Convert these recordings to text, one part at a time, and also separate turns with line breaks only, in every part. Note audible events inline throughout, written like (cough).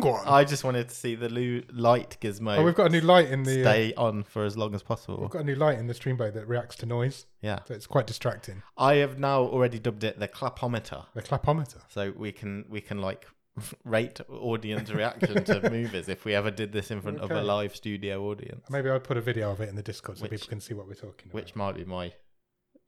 Oh, I just wanted to see the new light gizmo
Oh, we've got a new light in the. Uh,
stay on for as long as possible.
we've got a new light in the stream boat that reacts to noise,
Yeah.
so it's quite distracting.
I have now already dubbed it the clapometer.
The clapometer.
So we can we can like (laughs) rate audience reaction
(laughs)
to movies if we ever did this in front of
Okay.
a live studio audience,
Maybe I'll put a video of it in the Discord so
Which-
people can see what we're talking about.
which might be my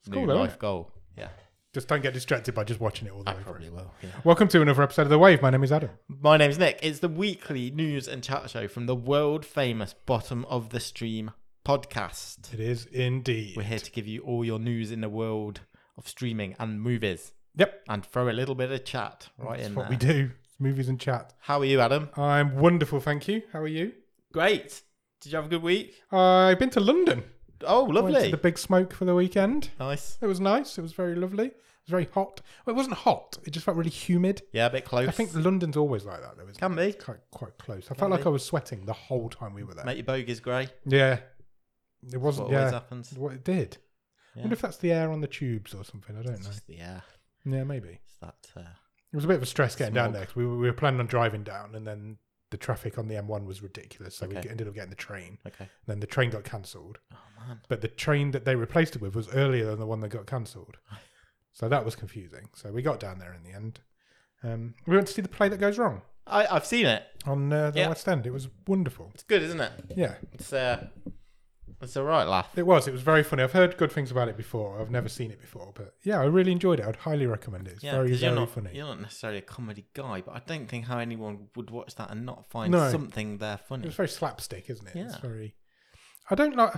new
cool, though,
life
isn't
goal. Yeah,
Just don't get distracted by just watching it all the
I
way
probably
through.
will. Yeah.
Welcome to another episode of The Wave. My name is Adam.
My name's Nick. It's the weekly news and chat show from the world famous Bottom of the Stream podcast.
It is indeed.
We're here to give you all your news in the world of streaming and movies
Yep.
and throw a little bit of chat right
That's
in
what
there.
we do. It's movies and chat.
How are you, Adam?
I'm wonderful, thank you. How are you?
Great. Did you have a good week?
I've been to London.
Oh,
Went
lovely.
to the Big Smoke for the weekend.
Nice.
It was nice. It was very lovely. It was very hot. Well, it wasn't hot. It just felt really humid.
Yeah, a bit close.
I think London's always like that, though, isn't
Can
it?
be.
It's Quite, quite close. I felt like
be.
I was sweating the whole time we were there.
Make your bogies grey.
Yeah. It
What
wasn't,
always
yeah.
happens.
What it did. I wonder
Yeah.
if that's the air on the tubes or something. I don't
(laughs) It's
know.
just the air.
Yeah, maybe.
It's that. Uh,
It was a bit of a stress getting down
Smog.
there 'cause we, were- we were planning on driving down and then the traffic on the M1 was ridiculous. So
Okay.
we ended up getting the train.
okay.
And then the train got cancelled.
Oh man.
But the train that they replaced it with was earlier than the one that got cancelled. So that was confusing. So we got down there in the end. Um, we went to see the play that goes wrong
I I've seen it.
on uh, the
Yeah.
West End. It was wonderful.
It's good, isn't it?
Yeah,
It's uh, it's a right laugh.
it was. It was very funny. I've heard good things about it before. I've never seen it before, but yeah, I really enjoyed it. I'd highly recommend it. It's
Yeah,
very,
'cause you're
very
not,
funny.
You're not necessarily a comedy guy, but I don't think how anyone would watch that and not find
No.
something there funny.
It was very slapstick, isn't it? It's
Yeah.
very. I don't like.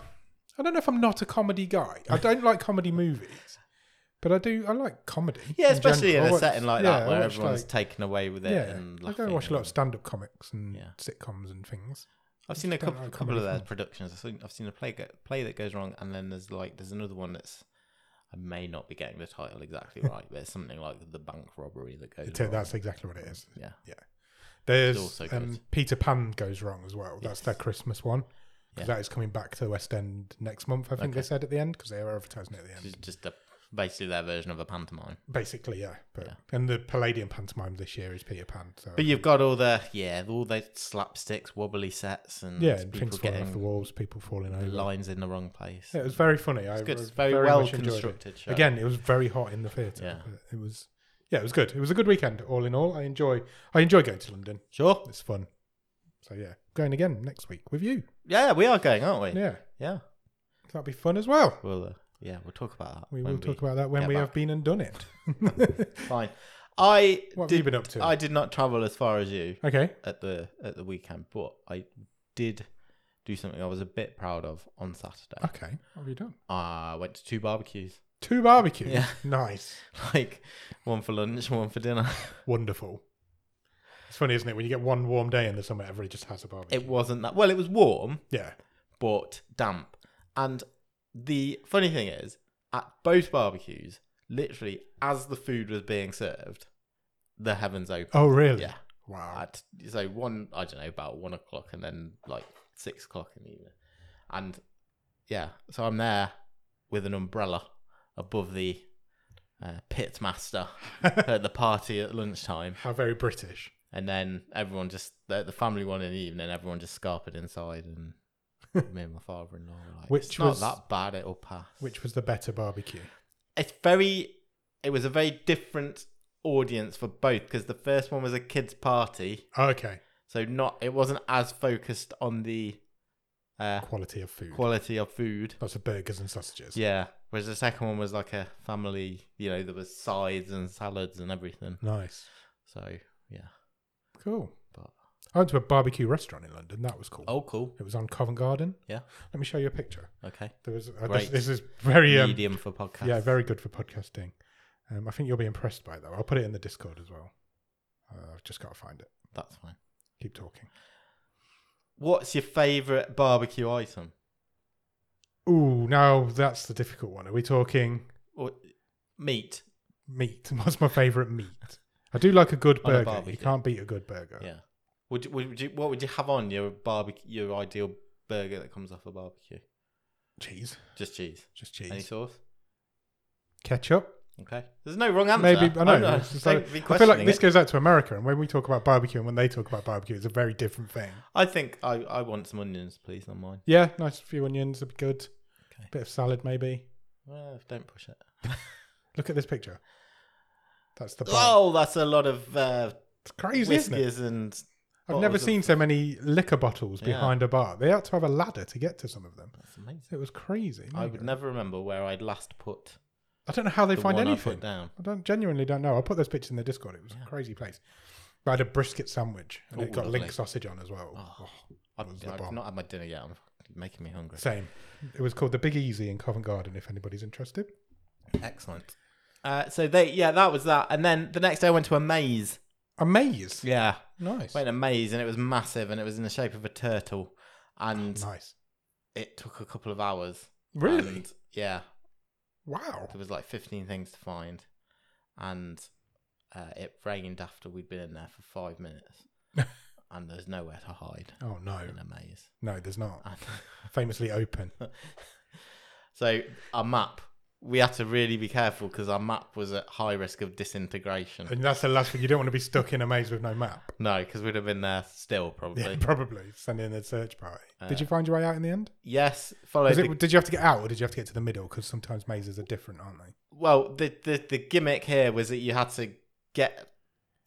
I don't know if I'm not a comedy guy. I don't like comedy movies, but I do. I like comedy.
yeah,
in
especially in
general.
a
I watch-
setting like
yeah,
that
I
where
watch,
everyone's
like-
taken away with it
yeah,
and
I
laughing.
go and watch a lot of
and-
stand-up comics and
Yeah.
sitcoms and things.
I've seen a
don't
couple,
like
couple of
comedy
their
films.
productions. I've seen, I've seen a play go, play that goes wrong, and then there's like there's another one that's I may not be getting the title exactly (laughs) right, but it's something like the bank robbery that goes.
It-
wrong.
that's exactly what it is.
Yeah.
There's
also
um,
good.
Peter Pan goes wrong as well. That's their Christmas one. 'Cause
Yeah.
That is coming back to the West End next month. I think they said at the end because they were advertising it at the end.
It's just a, basically their version of a pantomime.
Basically, yeah. But and the Palladium pantomime this year is Peter Pan. So
But you've got all the yeah, all the slapsticks, wobbly sets, and
yeah, and
people
things falling off the
getting
walls, people falling over.
lines in the wrong place.
Yeah, it was very funny. I
It's good. It's
I
very, well
much enjoyed it.
constructed. Show.
Again, it was very hot in the theatre.
Yeah.
but It was yeah, it was good. It was a good weekend, all in all. I enjoy I enjoy going to London.
sure.
It's fun. So yeah. Going again next week with you.
Yeah, we are going, aren't we? Yeah.
Yeah. That'll be fun as well.
We'll uh, yeah, we'll talk about that.
We
when
will talk about that when
get
we
back.
have been and done it. (laughs)
Fine. I
What have
did,
you been up to?
I did not travel as far as you
okay.
at the at the weekend, but I did do something I was a bit proud of on Saturday.
Okay. What have you done?
I went to two barbecues, (laughs)
Two barbecues.
Yeah.
(laughs) Nice.
like one for lunch, one for dinner.
Wonderful. It's funny, isn't it? When you get one warm day in the summer, everybody just has a barbecue.
It wasn't that well. It was warm,
yeah.
but damp. And the funny thing is, at both barbecues, literally as the food was being served, the heavens opened.
Oh really?
Yeah.
Wow.
At, so one, I don't know, about one o'clock, and then like six o'clock in the evening, and yeah, so I'm there with an umbrella above the uh, pit
(laughs)
master at the party at lunchtime,
How very British.
and then everyone just the, the family one in the evening. Everyone just scarpered inside, and me and my father-in-law were like,
Which
"It's
was-
not that bad. It'll pass."
Which was the better barbecue?
it's very. It was a very different audience for both because the first one was a kids' party,
Okay.
so not it wasn't as focused on the uh,
Quality of food.
quality of food.
Lots of burgers and sausages.
Yeah, whereas the second one was like a family. You know, there was sides and salads and everything.
Nice.
So yeah,
Cool.
but
I went to a barbecue restaurant in London. That was cool.
oh, cool.
It was on Covent Garden.
Yeah.
Let me show you a picture.
Okay,
There was uh, this,
Great.
this is very um,
medium for podcast.
yeah very good for podcasting. Um, I think you'll be impressed by it though. I'll put it in the Discord as well. Uh, I've just got to find it.
that's fine.
Keep talking.
What's your favourite barbecue item?
Ooh, now that's the difficult one. Are we talking
Or meat?
meat? (laughs) What's my favourite meat? I do like a good
On
burger.
a
you
barbecue.
can't beat a good burger.
Yeah. Would you, would you, what would you have on your barbecue? Your ideal burger that comes off a barbecue?
Cheese,
Just cheese.
just
Any
cheese.
sauce?
Ketchup.
Okay. There's no wrong answer.
Maybe I know.
I'm not-
it's just
(laughs) don't
like-
be
I feel like
questioning
this
it.
goes out to America, and when we talk about barbecue and when they talk about barbecue, it's a very different thing.
I think I, I want some onions, please, on mine.
Yeah, nice few onions would be good.
Okay.
Bit of salad maybe.
Well, don't push it.
Look at this picture. That's the bar.
Oh, that's a lot of uh,
it's crazy, isn't it?
whiskers and
I've never
bottles of-
seen so many liquor bottles
Yeah.
behind a bar. They had to have a ladder to get to some of them.
that's amazing.
It was crazy.
I would never remember where I'd last put
I don't know how they
the
find
one I
anything.
put down.
I don't genuinely don't know. I put those pictures in the Discord. It was a crazy place. But I had a brisket sandwich and
Ooh,
it got
lovely.
link sausage on as well.
Oh,
Oh,
I've,
was the
I've
bomb.
not had my dinner yet. I'm making me hungry.
same. It was called the Big Easy in Covent Garden. If anybody's interested.
Excellent. Uh, so they, yeah, that was that. And then the next day I went to a maze.
A maze.
Yeah,
Nice.
went in a maze and it was massive and it was in the shape of a turtle, and
Nice.
it took a couple of hours.
Really?
And, yeah,
wow.
there was like 15 things to find, and uh, it rained after we'd been in there for
(laughs)
five minutes, and there's nowhere to hide
Oh no.
in a maze.
No, there's not.
And (laughs)
Famously open.
so our map, we had to really be careful because our map was at high risk of disintegration.
And that's the last thing. You don't want to be stuck in a maze with no map.
No, because we'd have been there still probably.
Yeah, probably. Send in a search party.
Uh,
did you find your way out in the end?
Yes, follow
Was
the,
it, did you have to get out or did you have to get to the middle? Because sometimes mazes are different, aren't they?
well. The, the the gimmick here was that you had to get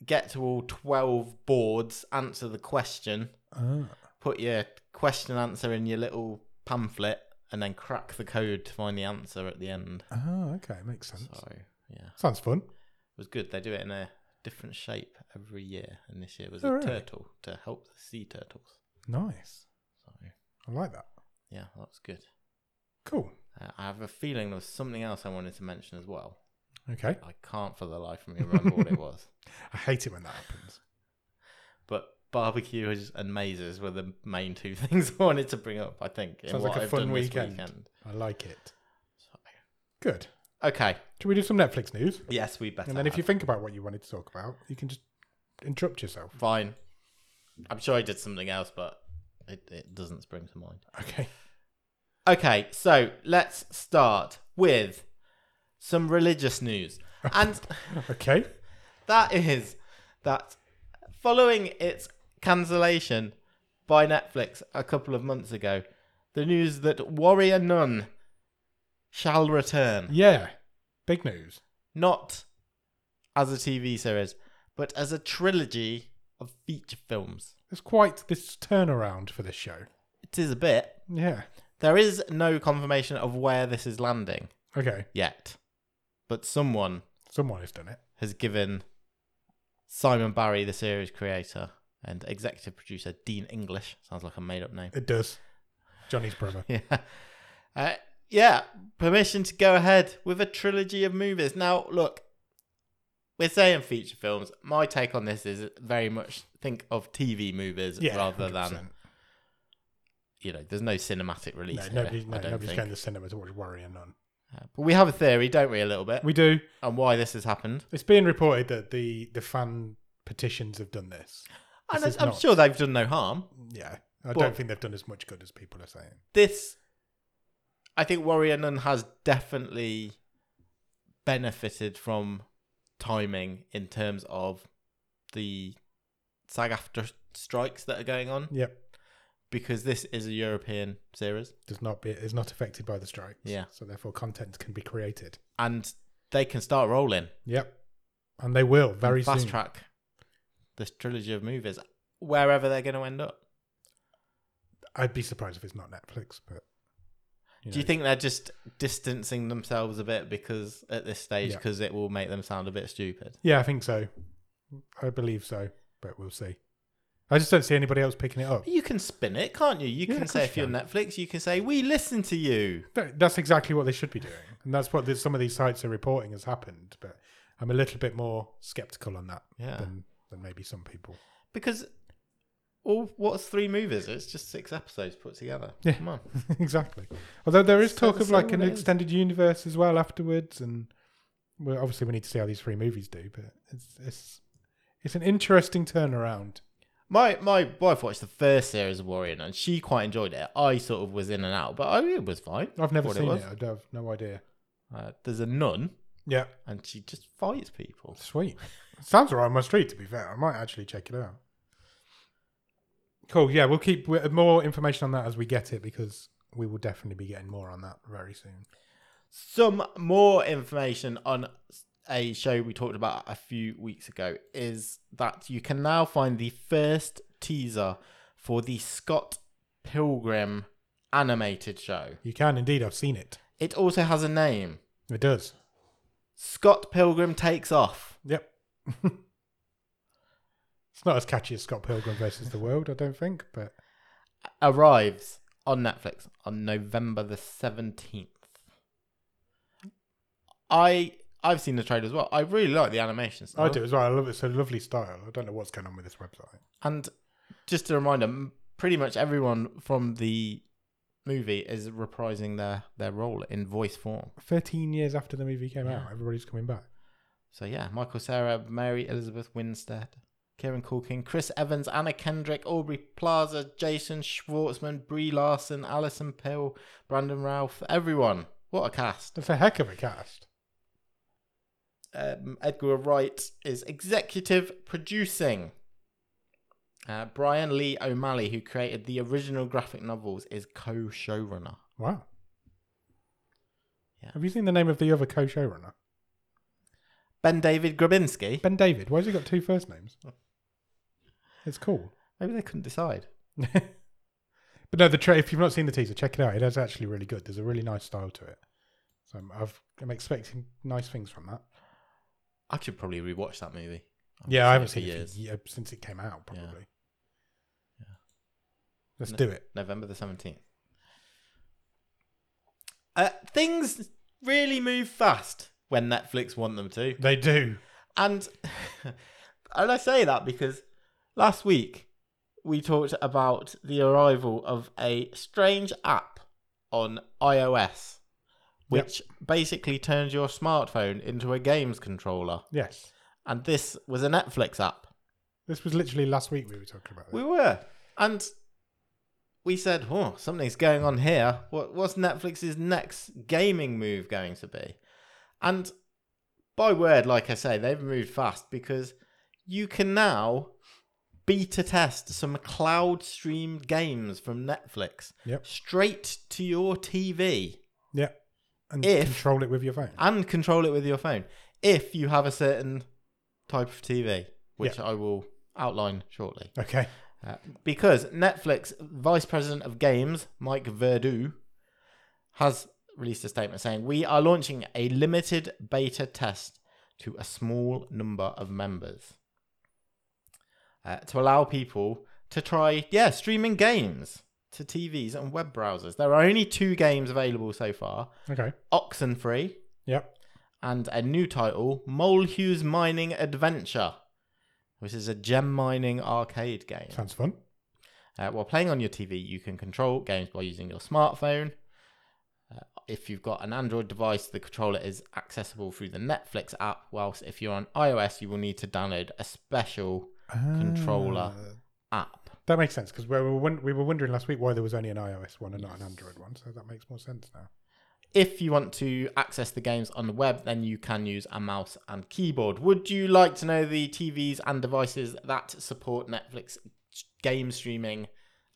get to all twelve boards, answer the question,
Ah.
put your question answer in your little pamphlet, and then crack the code to find the answer at the end.
Ah, okay. Makes sense.
So yeah, it
Sounds fun.
was good. They do it in a different shape every year, and this year was
Oh,
a
really?
turtle to help the sea turtles.
Nice.
So
I like that.
yeah, that was good.
Cool.
Uh, I have a feeling there was something else I wanted to mention as well.
Okay.
I can't for the life of me remember what it
(laughs)
was.
I hate it when that happens.
But barbecues and mazes were the main two (laughs) things I wanted to bring up, I think. in
Sounds
what
like a
I've
fun
done this
weekend. I like it. Good.
So- okay.
Should we do some Netflix news?
Yes, we better.
And then if
have.
you think about what you wanted to talk about, you can just interrupt yourself. (laughs)
Fine. I'm sure I did something else, but it, it doesn't spring to mind.
Okay.
Okay, so let's start with some religious news. And
Okay.
that is that following its cancellation by Netflix a couple of months ago, the news that Warrior Nun shall return,
Yeah. Big news.
not as a TV series, but as a trilogy of feature films.
It's quite this turnaround for this show.
It is a bit.
Yeah.
There is no confirmation of where this is landing
Okay.
yet, but someone
Someone has done it.
has given Simon Barry, the series creator, and executive producer Dean English, sounds like a made up name. (laughs)
It does. Johnny's brother.
Yeah. Uh, yeah, permission to go ahead with a trilogy of movies. Now, look, we're saying feature films. My take on this is very much think of TV movies
Yeah.
rather
100%.
than, you know, there's no cinematic release.
No,
here,
nobody,
I
no,
don't
nobody's
think.
going to the cinema to watch Worry and None.
Uh, But we have a theory, don't we, a little bit,
We do.
on why this has happened.
It's being reported that the, the fan petitions have done this.
And
This is
I'm
not-
sure they've done no harm.
Yeah. I
But-
don't think they've done as much good as people are saying.
this I think Warrior Nun has definitely benefited from timing in terms of the SAG after strikes that are going on
Yep.
because this is a European series
Does not be is not affected by the strikes.
Yeah.
So therefore content can be created.
and they can start rolling
Yep. And they will very
fast
soon.
track this trilogy of movies wherever they're going to end up.
I'd be surprised if it's not Netflix, but
Do you
know,
think they're just distancing themselves a bit because at this stage
Yeah.
because it will make them sound a bit stupid?
Yeah, I think so. I believe so, but we'll see. I just don't see anybody else picking it up.
You can spin it, can't you? You
Yeah,
can
of
say
course
if
you
you're Netflix, you can say we listen to you.
That- That's exactly what they should be doing, and that's what the, some of these sites are reporting has happened. But I'm a little bit more skeptical on that
Yeah,
than than maybe some people. (laughs)
because all what's three movies? It's just six episodes put together.
Yeah.
Come on.
exactly. Although there is
So-
talk of
so
like
what
an
it is.
extended universe as well afterwards, and well, obviously we need to see how these three movies do. But it's it's it's an interesting turnaround.
My my wife watched the first series of Warrior and she quite enjoyed it. I sort of was in and out, but I, it was fine.
I've never
What it
seen
was?
it. I have no idea.
Uh, there's a nun
Yeah.
and she just fights people.
Sweet. Sounds right on my street, to be fair. I might actually check it out. Cool. Yeah, we'll keep w- more information on that as we get it because we will definitely be getting more on that very soon.
Some more information on a show we talked about a few weeks ago is that you can now find the first teaser for the Scott Pilgrim animated show.
You can indeed. I've seen it.
It also has a name
It does.
Scott Pilgrim Takes Off.
Yep. (laughs) it's not as catchy as Scott Pilgrim versus the World, I don't think, but
Arrives on Netflix on November the 17th. I. I've seen the trailer as well. I really like the animation style.
I do as well. I love it. It's a lovely style. I don't know what's going on with this website.
And just a reminder, m- pretty much everyone from the movie is reprising their their role in voice form.
13 years after the movie came
Yeah.
out, everybody's coming back.
So yeah, Michael Sarah, Mary Elizabeth Winstead, Kieran Culkin, Chris Evans, Anna Kendrick, Aubrey Plaza, Jason Schwartzman, Brie Larson, Alison Pill, Brandon Ralph, everyone. What a cast.
That's a heck of a cast.
Um, Edgar Wright is executive producing. Uh, Brian Lee O'Malley, who created the original graphic novels, is co-showrunner.
Wow.
Yeah.
Have you seen the name of the other co showrunner?
Ben David Grabinski.
Ben David. Why has he got two first names? It's
(laughs)
cool.
Maybe they couldn't decide.
but no, the tra- if you've not seen the teaser, check it out. It is actually really good. There's a really nice style to it. So I'm, I've, I'm expecting nice things from that.
I should probably rewatch that movie.
yeah, I haven't
for
seen it for years, since it came out,
Yeah.
probably. Let's do it.
November the 17th. Uh, things really move fast when Netflix want them to.
They do.
And (laughs) and I say that because last week we talked about the arrival of a strange app on iOS which basically turns your smartphone into a games controller.
Yes.
And this was a Netflix app.
This was literally last week we were talking about
We
it.
were. And we said, oh, something's going on here. What, what's Netflix's next gaming move going to be? And by word, like I say, they've moved fast because you can now beta test some cloud streamed games from Netflix
Yep.
straight to your TV
Yeah. And
If-
control it with your phone.
and control it with your phone if you have a certain type of TV, which I will outline shortly.
Okay.
Uh, because Netflix Vice President of Games, Mike Verdu, has released a statement saying, We are launching a limited beta test to a small number of members uh, to allow people to try, yeah, streaming games to TVs and web browsers. There are only two games available so far
Okay.
Oxenfree
Yep.
and a new title, Molehue's Mining Adventure, which is a gem mining arcade game.
Sounds fun.
Uh, while playing on your TV, you can control games by using your smartphone. Uh, if you've got an Android device, the controller is accessible through the Netflix app. Whilst if you're on iOS, you will need to download a special Controller.
Ah.
app.
That makes sense because we were won- we were wondering last week why there was only an iOS one and not an Android one, so that makes more sense now.
If you want to access the games on the web, then you can use a mouse and keyboard. Would you like to know the TVs and devices that support Netflix game streaming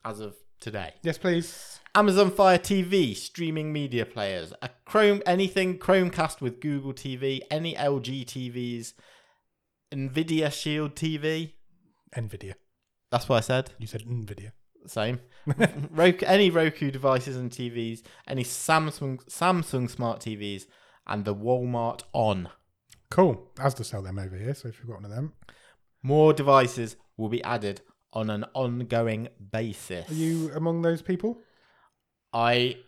as of today?
Yes, please.
Amazon Fire TV, streaming media players, a Chrome anything Chromecast with Google TV, any LG TVs, Nvidia Shield TV.
Nvidia.
That's what I said.
You said Nvidia. (laughs)
Same. Roku, any Roku devices and TVs, any Samsung Samsung smart TVs, and the Walmart On.
Cool. Asda sell them over here, so if you've got one of them,
More devices will be added on an ongoing basis.
are you among those people?
I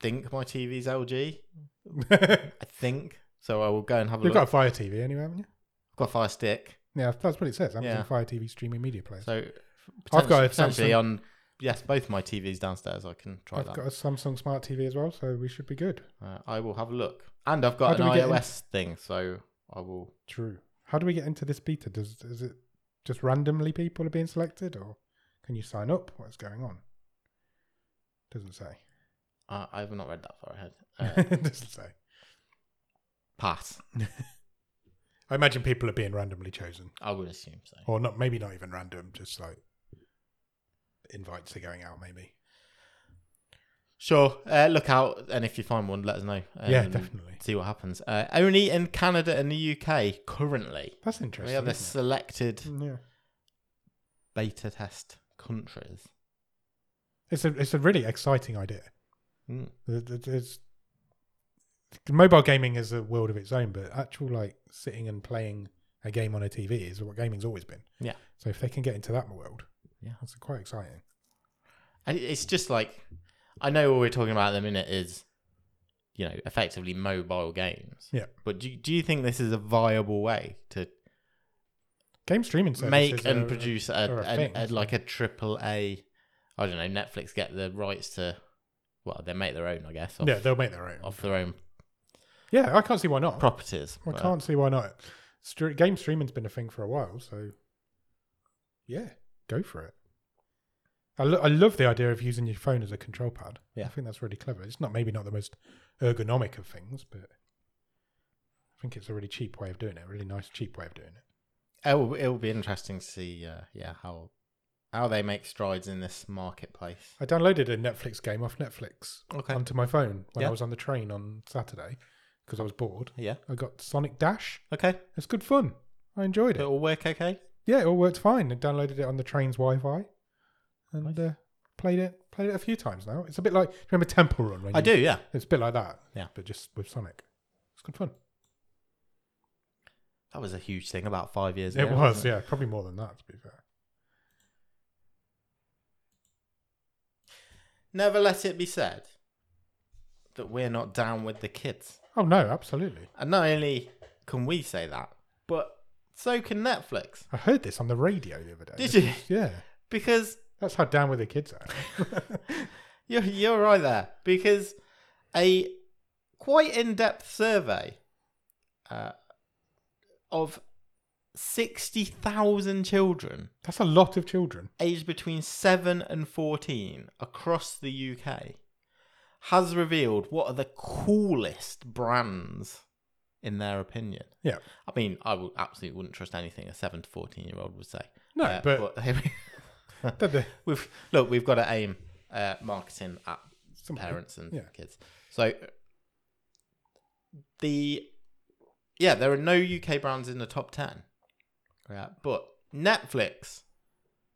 think my TV's LG.
(laughs) you've
I think so. I will go and have a look.
got a Fire TV anyway, haven't you?
I've got a Fire Stick.
Yeah, that's what it says. Amazon
Yeah.
Fire TV streaming media player.
So
I've got a
potentially
Samsung-
on yes, both my TVs downstairs. I can try
I've
that.
got a Samsung Smart TV as well, so we should be good.
Uh, I will have a look, and I've
How
got
do
an
we get in?
iOS thing, so I will.
True. How do we get into this beta? Does is it just randomly people are being selected, or can you sign up? What's going on? Doesn't say. (laughs)
Uh, I have not read that far ahead. Uh,
Doesn't say.
Pass.
I imagine people are being randomly chosen,
I would assume so.
or not. Maybe not even random. Just like invites are going out. Maybe.
Sure. Uh, look out, and if you find one, let us know. Um,
yeah, definitely.
See what happens. Uh, only in Canada and the UK currently.
That's
We
interesting.
are the
isn't
selected
it? Yeah.
beta test countries.
It's a it's a really exciting idea.
Mm.
It- it- It's mobile gaming is a world of its own, but actual like sitting and playing a game on a TV is what gaming's always been.
Yeah.
So if they can get into that world,
Yeah.
that's quite exciting.
And it- it's just like, I know all we're talking about at the minute is, you know, effectively mobile games.
Yeah.
But do, do you think this is a viable way to
Game streaming services
make and
are-
produce a,
are a
an-
thing,
a-
isn't
like a triple A? I don't know. Netflix get the rights to, well, they make their own, I guess, off,
Yeah, they'll make their own.
off their own
Yeah, I can't see why not.
properties.
I
but-
can't see why not. Stre- game streaming's been a thing for a while, so yeah, go for it. I, lo- I love the idea of using your phone as a control pad.
Yeah.
I think that's really clever. It's not maybe not the most ergonomic of things, but I think it's a really cheap way of doing it. A really nice cheap way of doing it.
It will, it will be interesting to see, uh, yeah, how how they make strides in this marketplace.
I downloaded a Netflix game off Netflix
Okay.
onto my phone when
Yeah.
I was on the train on Saturday because I was bored.
Yeah.
I got Sonic Dash.
Okay.
It's good fun. I enjoyed it.
It will work okay.
yeah, it all worked fine. I downloaded it on the train's Wi-Fi and uh, played it. Played it a few times now. It's a bit like do you remember Temple Run. When
I
you-
do, yeah.
It's a bit like that.
Yeah.
but just with Sonic. It's good fun.
That was a huge thing about five years
It
ago.
was,
wasn't
yeah, probably more than that to be fair.
Never let it be said that we're not down with the kids.
Oh no, absolutely.
And not only can we say that, but so can Netflix.
I heard this on the radio the other day.
Did you?
Yeah,
Because
that's how down with the kids are.
You're, you're right there because a quite in-depth survey uh, of sixty thousand children
that's a lot of children.
aged between seven and fourteen across the UK has revealed what are the coolest brands in their opinion.
Yeah,
I mean, I would absolutely wouldn't trust anything a seven to fourteen year old would say. Uh,
No, but-
(laughs)
Did they-
we've look, we've got to aim uh, marketing at
Some-
parents and
yeah.
kids. So the yeah, there are no UK brands in the top ten. Yeah, but Netflix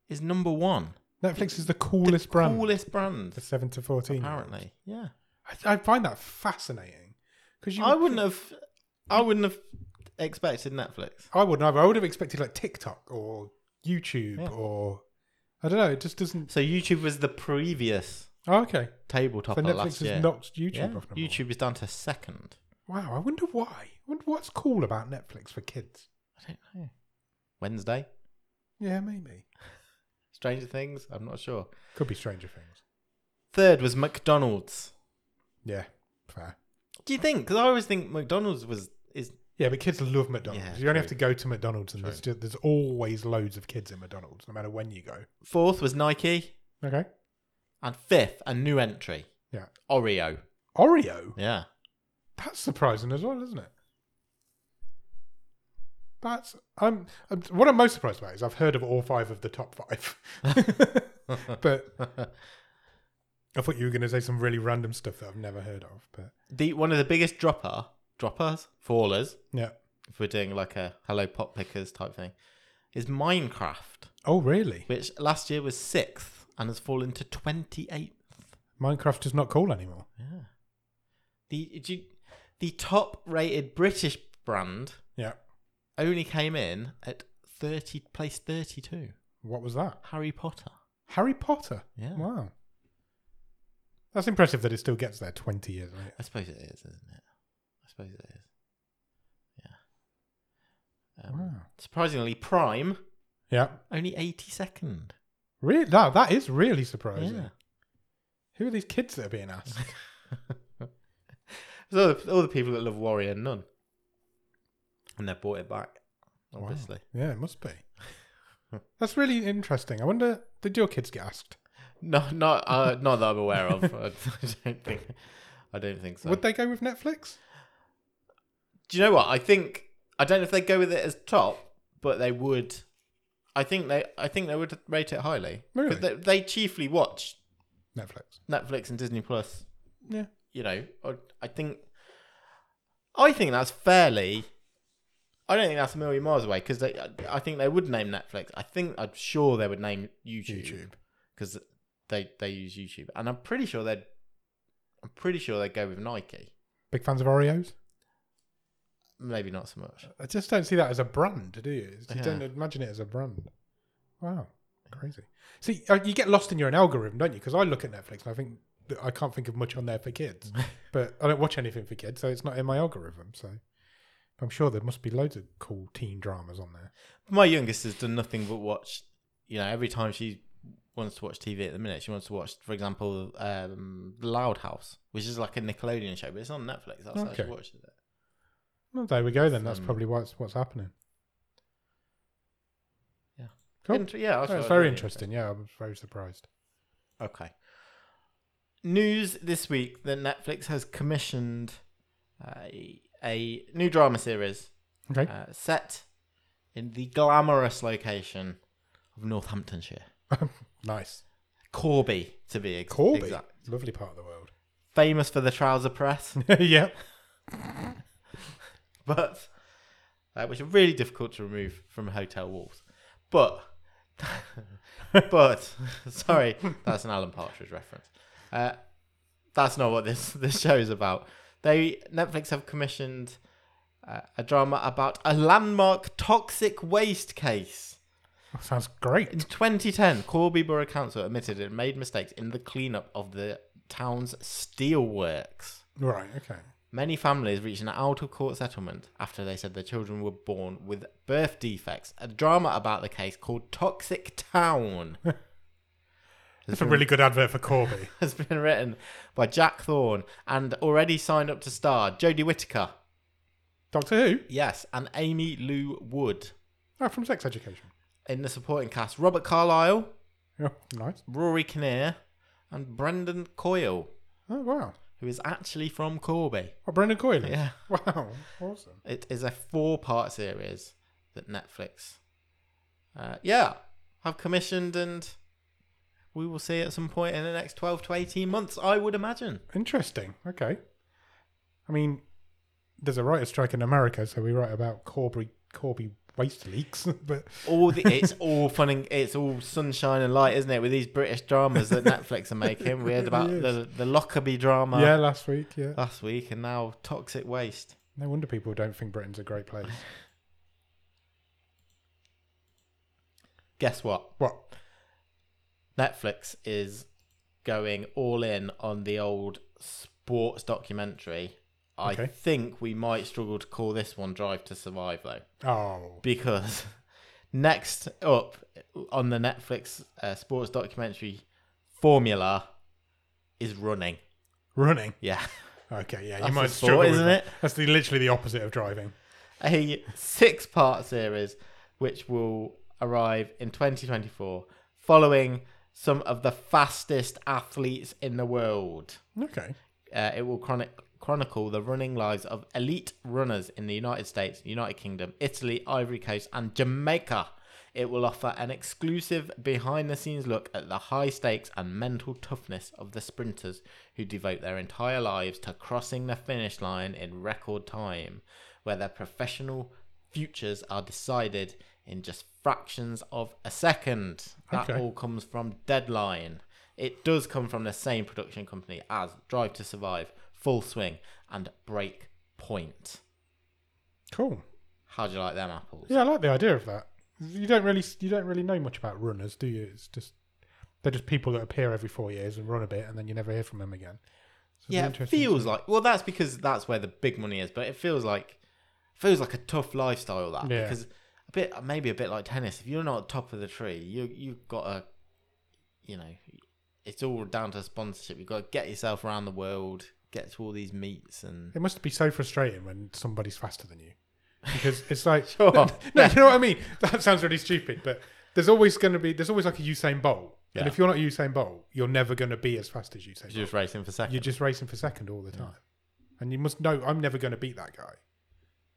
is number one.
Netflix is the coolest brand
Coolest brand,
for seven to fourteen.
apparently. Yeah,
I, I find that fascinating because you.
I wouldn't have. I wouldn't have expected Netflix.
I wouldn't have. I would have expected like TikTok or YouTube
Yeah.
or I don't know. It just doesn't.
So YouTube was the previous
Oh, okay.
table topper
So Netflix
last year.
has knocked YouTube
Yeah,
off number one.
YouTube is down to second.
Wow. I wonder why. I wonder what's cool about Netflix for kids.
I don't know. Wednesday,
Yeah, maybe.
Stranger Things. I'm not sure.
Could be Stranger Things.
Third was McDonald's.
Yeah, fair.
Do you think? Because I always think McDonald's was is
Yeah, but kids love McDonald's.
Yeah,
you only
true.
have to go to McDonald's, and there's, just, there's always loads of kids in McDonald's, no matter when you go.
fourth was Nike,
Okay.
and fifth a new entry
Yeah.
Oreo.
Oreo.
Yeah, (laughs)
That's surprising as well, isn't it? That's I'm, I'm what I'm most surprised about is I've heard of all five of the top five, (laughs) but I thought you were going to say some really random stuff that I've never heard of. But
the one of the biggest dropper droppers fallers.
yeah.
If we're doing like a hello pop pickers type thing, is Minecraft,
Oh really?
which last year was sixth and has fallen to twenty eighth.
Minecraft is not cool anymore.
The do you- the top rated British brand
Yeah.
only came in at thirty place thirty two.
What was that?
Harry Potter.
Harry Potter.
Yeah.
Wow. That's impressive that it still gets there 20 years later.
I suppose it is, isn't it? I suppose it is. Yeah. Um,
Wow.
Surprisingly, Prime
Yeah.
only eighty second.
Really? No, that is really surprising.
Yeah.
Who are these kids that are being asked?
There's all the, all the people that love Warrior Nun, and they brought it back.
Wow.
Obviously,
Yeah, it must be. That's really interesting. I wonder, did your kids get asked?
no, not uh, not that I'm aware (laughs) of. I don't think. I don't think so.
Would they go with Netflix?
Do you know what? I think I don't know if they go with it as top, but they would. I think they. I think they would rate it highly. 'Cause
Really?
They, they chiefly watch
Netflix.
Netflix and Disney Plus.
Yeah.
You know, I, I think. I think that's fairly. I don't think that's a million miles away because they. I- I think they would name Netflix. I think I'm sure they would name YouTube
YouTube.
because they they use YouTube, and I'm pretty sure they'd. I'm pretty sure they'd go with Nike.
Big fans of Oreos.
Maybe not so much.
I just don't see that as a brand, do you? You
Yeah.
don't imagine it as a brand. Wow, crazy. See, uh, you get lost in your own algorithm, don't you? Because I look at Netflix and I think that I can't think of much on there for
(laughs)
kids, but I don't watch anything for kids, so it's not in my algorithm. So I'm sure there must be loads of cool teen dramas on there.
My youngest has done nothing but watch. You know, every time she wants to watch TV at the minute, she wants to watch, for example, um, The Loud House, which is like a Nickelodeon show, but it's on Netflix. That's how
Okay.
she watches it.
Well, there we go. Then that's
Um,
probably what's what's happening.
Yeah.
cool.
Inter- yeah, that's
That's
what I
very
really
interesting. Yeah, I was very surprised.
Okay. News this week that Netflix has commissioned uh, a, a new drama series
Okay.
uh, set in the glamorous location of Northamptonshire.
(laughs) nice.
Corby, to be ex-
Corby.
exact.
Lovely part of the world. (laughs)
Famous for the trouser press,
yeah.
(laughs) but uh, which are really difficult to remove from hotel walls. But, (laughs) but (laughs) sorry, that's an Alan Partridge reference. Uh, that's not what this this show is about. They Netflix have commissioned uh, a drama about a landmark toxic waste case.
Sounds great.
In 2010, Corby Borough Council admitted it made mistakes in the cleanup of the town's steelworks.
Right. Okay.
Many families reached an out of court settlement after they said their children were born with birth defects. A drama about the case called Toxic
(laughs)
Town
That's a really good advert for Corby.
(laughs)
(laughs)
has been written by Jack Thorne and already signed up to star Jodie Whittaker,
Doctor Who?
yes, and Amy Lou Wood.
Oh, from Sex Education.
In the supporting cast, Robert Carlyle,
Yeah, nice.
Rory Kinnear, and Brendan Coyle,
Oh, wow.
who is actually from Corby.
Oh, Brendan Coyle. is?
Yeah.
(laughs) Wow. Awesome.
It is a four part series that Netflix, uh, yeah, have commissioned, and we will see at some point in the next 12 to 18 months, I would imagine.
Interesting. Okay. I mean, there's a writer's strike in America, so we write about Corby Corby waste leaks, (laughs) but
All the, it's all fun and it's all sunshine and light, isn't it? With these British dramas that Netflix are making. We heard about
It
the, the Lockerbie drama
yeah, last week, yeah.
last week, and now Toxic Waste.
No wonder people don't think Britain's a great place.
Guess what?
What?
Netflix is going all in on the old sports documentary. I
Okay.
think we might struggle to call this one Drive to Survive though,
Oh,
because (laughs) next up on the Netflix uh, sports documentary formula is running.
running.
Yeah, (laughs)
Okay, yeah, you
That's a
might
sport,
struggle,
isn't
isn't it?
it?
That's the, literally the opposite of driving.
a six-part series which will arrive in 2024, following some of the fastest athletes in the world.
Okay,
Uh, it will chronic- chronicle the running lives of elite runners in the United States, United Kingdom, Italy, Ivory Coast, and Jamaica. It will offer an exclusive behind the scenes look at the high stakes and mental toughness of the sprinters who devote their entire lives to crossing the finish line in record time, where their professional futures are decided in just fractions of a second. That
Okay.
all comes from Deadline. It does come from the same production company as Drive to Survive, Full Swing, and Break Point.
cool.
How do you like them apples?
Yeah, I like the idea of that. You don't really you don't really know much about runners, do you? It's just they're just people that appear every four years and run a bit, and then you never hear from them again. So it'd be
Yeah, it
interesting to-
feels like well, that's because that's where the big money is, but it feels like feels like a tough lifestyle that
Yeah.
because a bit maybe a bit like tennis. If you're not at top of the tree, you you've got to you know it's all down to sponsorship. You've got to get yourself around the world, get to all these meets and
it must be so frustrating when somebody's faster than you, because it's like
(laughs) Sure.
(laughs) no,
Yeah.
you know what I mean. That sounds really stupid, but there's always going to be there's always like a Usain Bolt,
Yeah.
and if you're not Usain Bolt, you're never going to be as fast as Usain. Bolt.
just racing for 2nd
You're just racing for second all the time, and you must know I'm never going to beat that guy.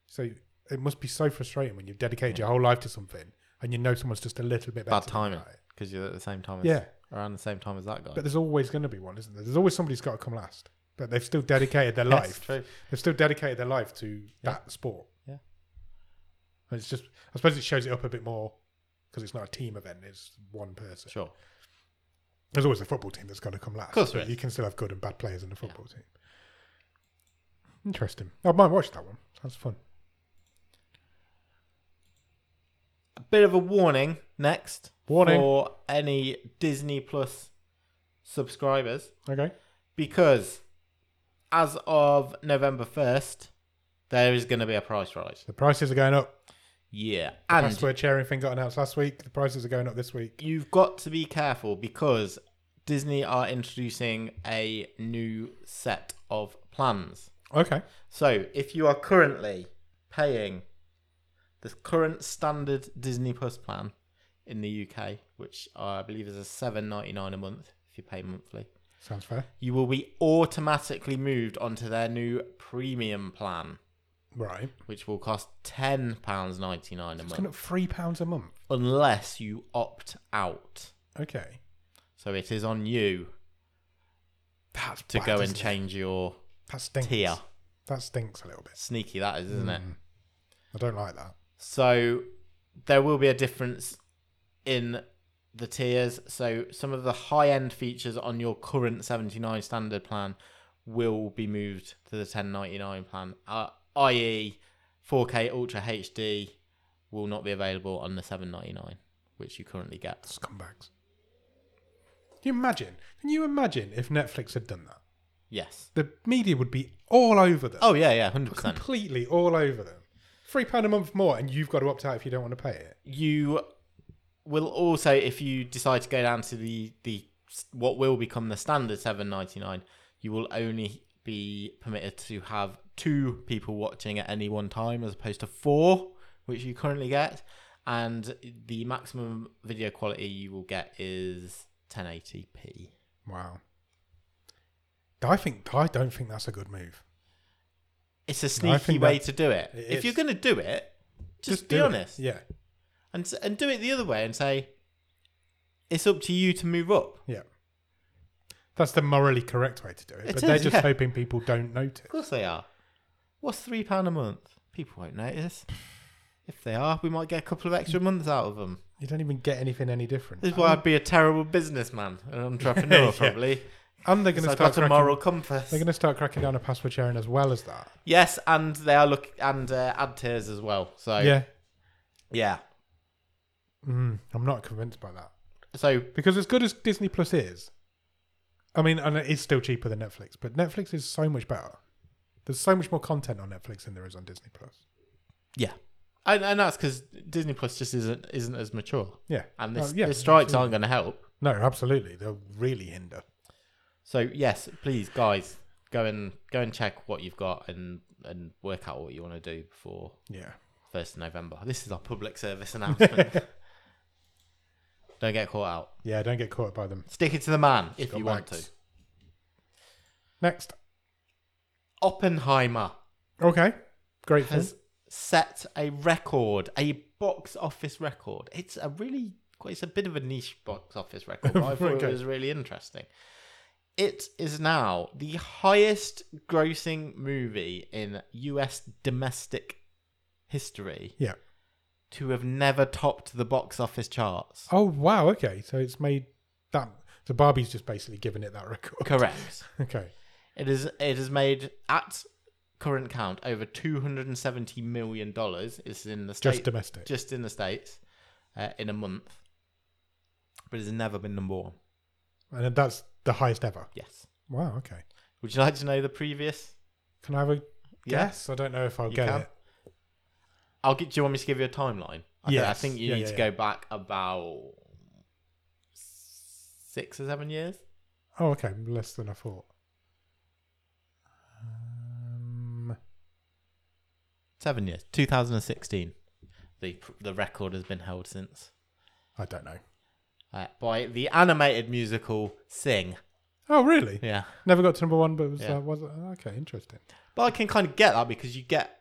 So it must be so frustrating when you've dedicated your whole life to something and you know someone's just a little bit better.
Bad
than
timing
you at it.
because you're at the same time. As,
Yeah,
around the same time as that guy.
but there's always going to be one, isn't there? There's always somebody who's got to come last. But they've still dedicated their
(laughs) Yes,
life.
true.
They've still dedicated their life to that sport.
Yeah.
And it's just, I suppose it shows it up a bit more because it's not a team event; it's one person.
Sure.
There's always a football team that's going to come last.
course there
but
is.
you can still have good and bad players in the football team. Interesting. I might watch that one. Sounds fun.
A bit of a warning next.
Warning.
for any Disney Plus subscribers
Okay.
because as of November first, there is going to be a price rise.
The prices are going up.
Yeah,
The
and
password sharing thing got announced last week. The prices are going up this week.
you've got to be careful because Disney are introducing a new set of plans.
Okay.
So if you are currently paying the current standard Disney Plus plan in the UK, which I believe is a seven ninety nine a month if you pay monthly,
Sounds fair.
you will be automatically moved onto their new premium plan,
Right.
which will cost ten pounds ninety nine
It's
a month
going up three pounds a month.
unless you opt out.
Okay.
So it is on you
That's
to
bad,
go and
isn't it?
change your
That stinks.
tier.
That stinks a little bit.
Sneaky that is, isn't it?
I don't like that.
So there will be a difference in the tiers. So some of the high end features on your current 79 standard plan will be moved to the 1099 plan, uh, i.e., 4K Ultra HD will not be available on the 799, which you currently get.
Scumbags. Can you imagine? Can you imagine if Netflix had done that?
Yes.
The media would be all over them.
Oh, yeah, yeah, 100%.
Completely all over them. Three pound a month more, and you've got to opt out if you don't want to pay it.
You will also, if you decide to go down to the, the what will become the standard 799, you will only be permitted to have two people watching at any one time as opposed to four, which you currently get. And the maximum video quality you will get is 1080p.
Wow. I think I don't think that's a good move.
It's a
No, I
sneaky
think
way
that-
to do it.
It
if
is.
you're going to do it, just, be
do it.
honest.
Yeah,
And, s- and do it the other way and say, it's up to you to move up.
yeah. That's the morally correct way to do it,
It
but they're
is,
just
yeah.
hoping people don't notice.
Of course they are. What's three pound a month? People won't notice. If they are, we might get a couple of extra months out of them.
You don't even get anything any different.
This is why I'd be a terrible businessman,
(laughs)
an entrepreneur
Yeah.
probably.
and they're going
Because
to
I've
start
got a
cracking,
moral compass.
They're going to start cracking down on password sharing as well as that.
Yes, and they are look and uh, ad tiers as well. So yeah.
Yeah, mm, I'm not convinced by that
So
because as good as Disney Plus is, I mean, and it is still cheaper than Netflix, but Netflix is so much better. There's so much more content on Netflix than there is on Disney Plus.
yeah, and, and that's because Disney Plus just isn't isn't as mature,
Yeah,
and this,
Oh, yeah,
the strikes
absolutely.
aren't going to help.
No, absolutely, they'll really hinder.
So yes, please, guys, go and go and check what you've got and and work out what you want to do before
Yeah.
first of November. This is our public service announcement.
(laughs)
Don't get caught out.
Yeah, don't get caught by them.
Stick it to the man if
Got
you want
bags.
to.
Next.
Oppenheimer
Okay. Great film.
has set a record, a box office record. It's a really, it's a bit of a niche box office
(laughs)
record. But I thought
Okay.
it was really interesting. It is now the highest grossing movie in US domestic history
Yeah.
to have never topped the box office charts.
Oh wow, okay. So it's made that so Barbie's just basically given it that record. (laughs)
Correct.
Okay.
It is it has made at current count over two hundred and seventy million dollars. It's in the
Just
states, just,
domestic.
in the states, uh, in a month. But it's never been number one.
and that's the highest ever.
Yes.
Wow, okay.
Would you like to know the previous?
Can I have a
Yeah.
guess? I don't know if I'll
You
get
can.
it.
I'll get. Do you want me to give you a timeline? I, think- I
Yes.
think you
Yeah,
need
yeah,
to
yeah.
go back about six or seven years.
Oh okay, less than I thought. Um,
Seven years. Two thousand and sixteen. The the record has been held since
I don't know.
uh, by the animated musical Sing.
Oh really?
Yeah.
Never got to number one, but was
Yeah.
uh, was okay, interesting.
But I can kind of get that because you get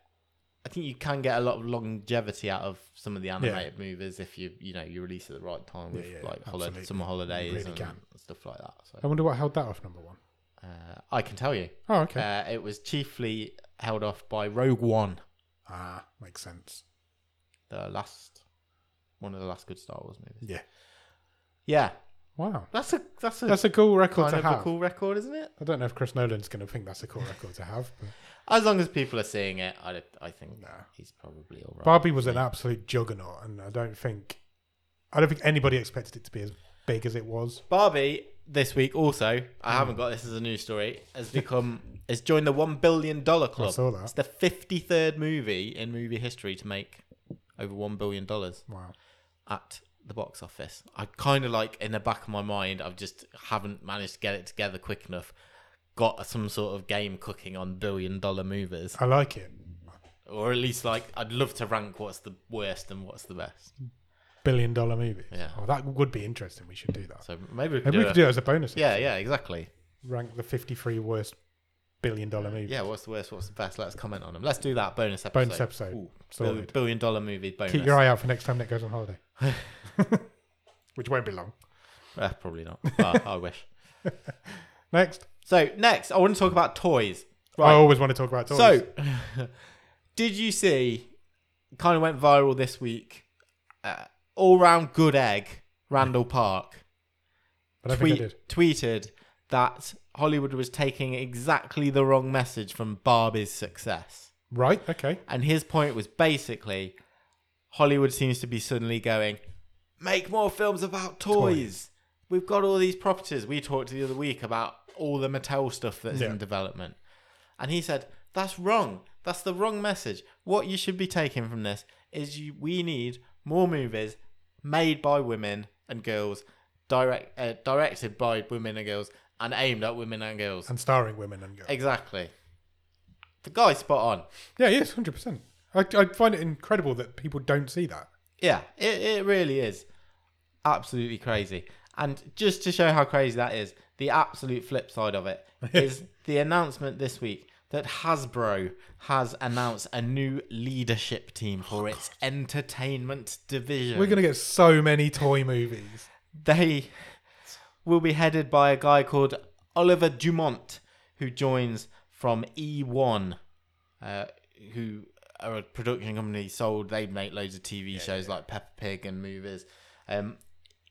I think you can get a lot of longevity out of some of the animated movies if you you know you release at the right time
Yeah,
with
yeah,
like
absolutely.
holiday, summer holidays
really
and
can.
stuff like that.
I
So
wonder what held that off number one.
uh, I can tell you,
Oh, okay.
uh, it was chiefly held off by Rogue One,
ah, makes sense.
the last one of the last good Star Wars movies.
Yeah.
Yeah,
Wow.
that's a that's a
That's a cool record
kind
to
of a
have.
cool record, isn't it?
I don't know if Chris Nolan's going to think that's a cool record to have. But
As long as people are seeing it, I I think
Nah.
he's probably all right.
Barbie was an absolute juggernaut, and I don't think, I don't think anybody expected it to be as big as it was.
Barbie this week also, I
Mm.
haven't got this as a news story, has become (laughs) has joined the one billion dollar club.
saw that.
It's the fifty third movie in movie history to make over one billion dollars
Wow.
at the box office. I kinda like in the back of my mind I've just haven't managed to get it together quick enough. Got some sort of game cooking on billion dollar movies.
I like it.
Or at least like I'd love to rank what's the worst and what's the best.
Billion dollar movie.
Yeah.
Oh, that would be interesting. We should do that.
So maybe we could
Maybe
do,
we
a-
could do it as a bonus.
Yeah,
episode.
yeah, exactly.
Rank the 53 worst billion dollar movies.
Yeah, what's the worst? What's the best? Let's comment on them. Let's do that bonus episode.
Bonus episode.
Bill-
Solid.
billion dollar movie bonus.
Keep your eye out for next time Nick goes on
(laughs)
holiday, (laughs) which won't be long.
Uh, probably not. Oh, I wish. (laughs)
Next.
So next, I want to talk about toys.
I
Right.
always want to talk about toys.
So, (laughs) did you see? Kind of went viral this week. Uh, all round good egg. Randall Park
I don't think I did.
tweet, tweeted that Hollywood was taking exactly the wrong message from Barbie's success.
Right. Okay.
And his point was basically Hollywood seems to be suddenly going, make more films about toys.
Toys.
We've got all these properties. We talked the other week about all the Mattel stuff that's
Yeah.
in development. And he said, that's wrong. That's the wrong message. What you should be taking from this is you, we need more movies made by women and girls, direct, uh, directed by women and girls, and aimed at women and girls.
And starring women and girls.
Exactly. The guy's spot on.
Yeah, yes, hundred percent. I, I find it incredible that people don't see that.
Yeah, it, it really is absolutely crazy. And just to show how crazy that is, the absolute flip side
(laughs)
of it is the announcement this week that Hasbro has announced a new leadership team for its entertainment division.
Oh, We're gonna get so many toy movies.
They will be headed by a guy called Oliver Dumont, who joins from E1, uh, who are a production company sold. They make loads of TV shows like Peppa Pig and movies. Um,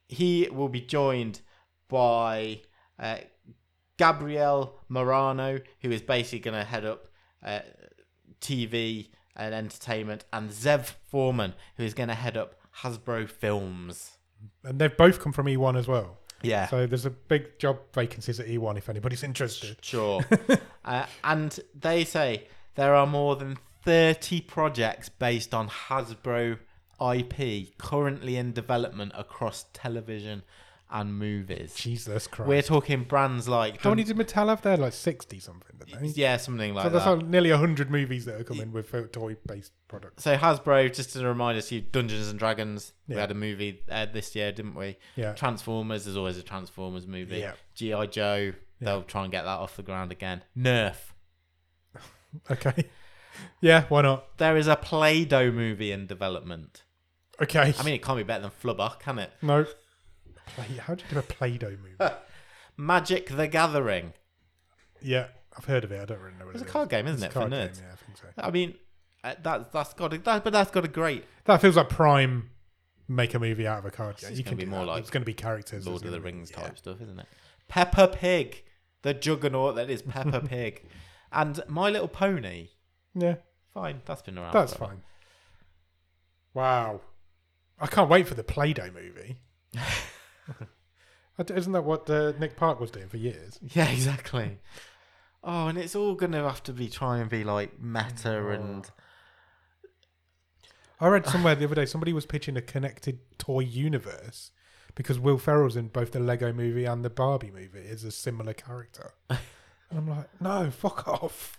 he will be joined by uh, Gabrielle Morano, who is basically going to head up uh, TV and entertainment, and Zev Foreman, who is going to head up Hasbro Films.
And they've both come from E1 as well.
Yeah.
So there's a big job vacancies at E1 if anybody's interested. (laughs)
Sure. uh, and they say there are more than 30 projects based on Hasbro IP currently in development across television and movies.
Jesus Christ.
We're talking brands like.
How many did Mattel have there? Like sixty something, didn't they?
Um, Yeah, something like
so
that.
that's how nearly hundred movies that are coming with uh, toy-based products.
so Hasbro, just as a reminder to you, Dungeons and Dragons. We
Yeah.
had a movie uh, this year, didn't we?
Yeah.
Transformers. There's always a Transformers movie.
Yeah.
GI Joe. They'll try and get that off the ground again. Nerf.
Okay. (laughs) yeah. Why not?
There is a Play-Doh movie in development.
Okay.
I mean, it can't be better than Flubber, can it?
(laughs) no. Play- how do you do a Play-Doh
(laughs)
movie?
Magic the Gathering.
yeah, I've heard of it. I don't really know what
It's a
it is.
card game, isn't it, for
Card game,
nerds?
yeah, I think so.
I mean, uh, that, that's got a, that, but that's got a great
That feels like prime make a movie out of a card game.
just
You
gonna
can
be
do
more
that.
like
it's going to be characters.
Lord
isn't
of the
it?
Rings
Yeah.
type stuff, isn't it? Peppa Pig, the juggernaut that
(laughs)
is Peppa Pig, and My Little Pony.
Yeah,
Fine, that's been around.
that's
for a while.
fine. Wow, I can't wait for the Play-Doh (laughs) movie. I d- Isn't that what uh, Nick Park was doing for years?
(laughs) Yeah, exactly. oh, and it's all gonna have to be try and be like meta
Oh.
and
I read somewhere the other day somebody was pitching a connected toy universe because Will Ferrell's in both the Lego movie and the Barbie movie is a similar (laughs) character. and I'm like, no, fuck off.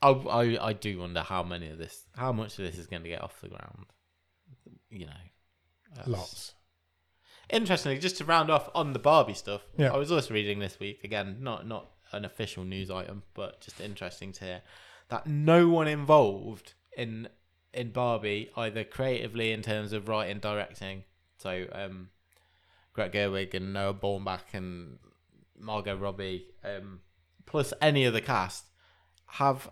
I, I I do wonder how many of this, how much of this is going to get off the ground. You know, that's-
Lots.
Interestingly, just to round off on the Barbie stuff,
Yeah.
I was also reading this week again, not not an official news item, but just interesting to hear that no one involved in in Barbie either creatively in terms of writing, directing. So um, Greta Gerwig and Noah Baumbach and Margot Robbie, um, plus any of the cast, have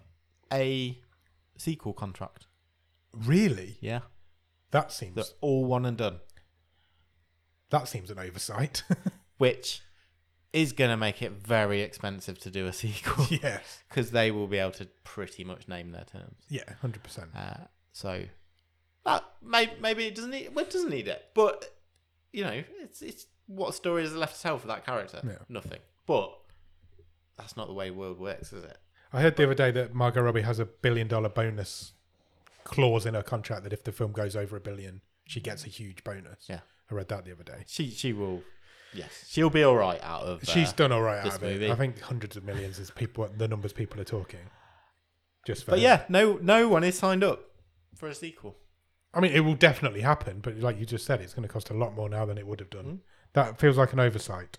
a sequel contract.
Really?
Yeah,
That seems
that's all one and done,
that seems an oversight. (laughs)
which is going to make it very expensive to do a (laughs) sequel
yes.
because they will be able to pretty much name their terms.
Yeah, hundred percent.
Uh, so that may, maybe it doesn't need well, it doesn't need it, but you know, it's it's what story is there left to tell for that character?
Yeah.
Nothing. But that's not the way the world works, is it?
I heard the other day that Margot Robbie has a billion dollar bonus clause in her contract that if the film goes over a billion, she gets a huge bonus.
Yeah.
I read that the other day.
She she will. Yes, she'll be all right out of. Uh,
She's done all right
this
out of it.
movie.
I think hundreds of millions is people the numbers people are talking. Just for
but
her.
yeah, no no one is signed up for a sequel.
I mean, it will definitely happen, but like you just said, it's going to cost a lot more now than it would have done.
Hmm.
That feels like an oversight.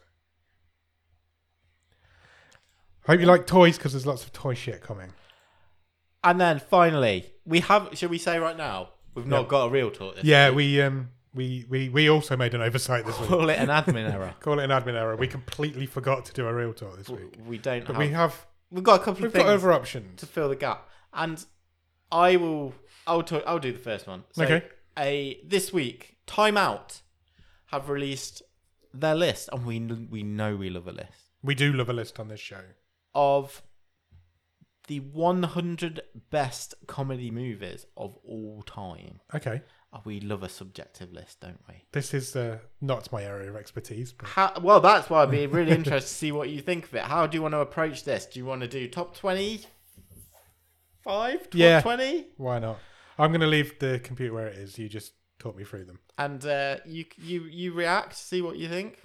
Hope you like toys because there's lots of toy shit coming.
And then finally, we have. Should we say right now? We've not
Yeah.
got a real talk. This
Yeah, we um we we we also made an oversight this week.
call it an admin error.
Call it an admin error. We completely forgot to do a real talk this week,
We don't.
but
Have,
we have
we've got a couple
we've
of things.
got other options.
to fill the gap. And I will. I'll talk, I'll do the first one. So
Okay.
A this week, Time Out have released their list, and we kn- we know we love a list
We do love a list on this show.
of the 100 best comedy movies of all time.
Okay,
And We love a subjective list, don't we?
this is uh, not my area of expertise, but
How, well, that's why
(laughs)
I'd be really interested to see what you think of it. How do you want to approach this? Do you want to do top 25? Top
Yeah.
20?
why not? I'm going to leave the computer where it is. You just talk me through them.
and uh, you you you react, see what you think.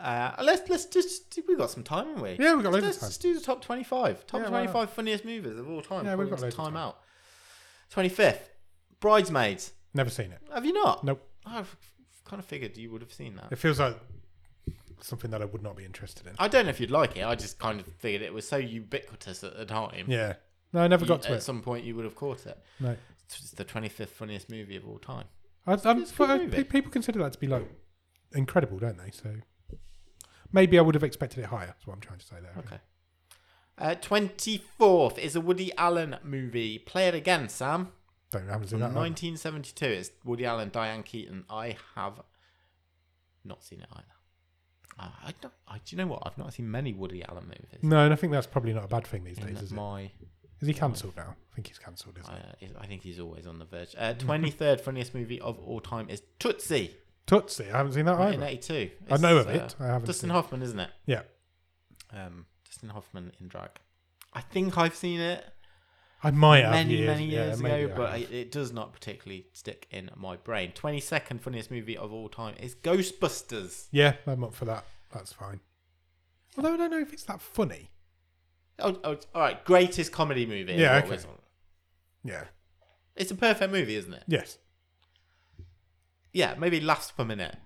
Uh, let's let's just we've got some time, haven't we?
Yeah, we've got loads
let's
of time.
just do the top twenty-five, top
Yeah, why not?
twenty-five funniest movies of all time.
Yeah, we've
according
got
to
loads of
time
time.
out. Twenty-fifth, Bridesmaids.
Never seen it.
Have you not?
Nope.
I've kind of figured you would have seen that.
It feels like something that I would not be interested in.
I don't know if you'd like it. I just kind of figured it was so ubiquitous at the time.
Yeah. No, I never
You-
got to
at
it.
some point, you would have caught it.
No.
It's the twenty-fifth funniest movie of all time.
I, I'm,
it's a good
I-
movie.
uh, pe- people consider that to be like incredible, don't they? So maybe I would have expected it higher. That's what I'm trying to say there.
Okay. Uh, 24th is a Woody Allen movie. Play it again, Sam.
Don't I haven't seen
From
that. one.
1972. It's Woody Allen, Diane Keaton. I have not seen it either. Uh, I, I don't. I, do you know what? I've not seen many Woody Allen movies.
No, and I think that's probably not a bad thing these
In
days, is it?
my,
Is he cancelled now? I think he's cancelled, isn't
I,
he?
I think he's always on the verge. Uh, 23rd funniest movie of all time is Tootsie.
Tootsie. I haven't seen that either.
1982.
I know of
It's, uh,
it. I haven't
Dustin
seen it.
Hoffman, isn't it?
Yeah.
Um, Dustin Hoffman in drag. I think I've seen it.
I might have
many,
years,
many
yeah,
years
maybe
ago,
I
but
have.
it, it does not particularly stick in my brain. 22nd funniest movie of all time is Ghostbusters.
yeah, I'm up for that. That's fine. Although I don't know if it's that funny.
Oh, oh, all right, greatest comedy movie. is
Yeah,
what
okay.
we're-
Yeah.
It's a perfect movie, isn't it?
Yes.
Yeah, maybe laughs per minute.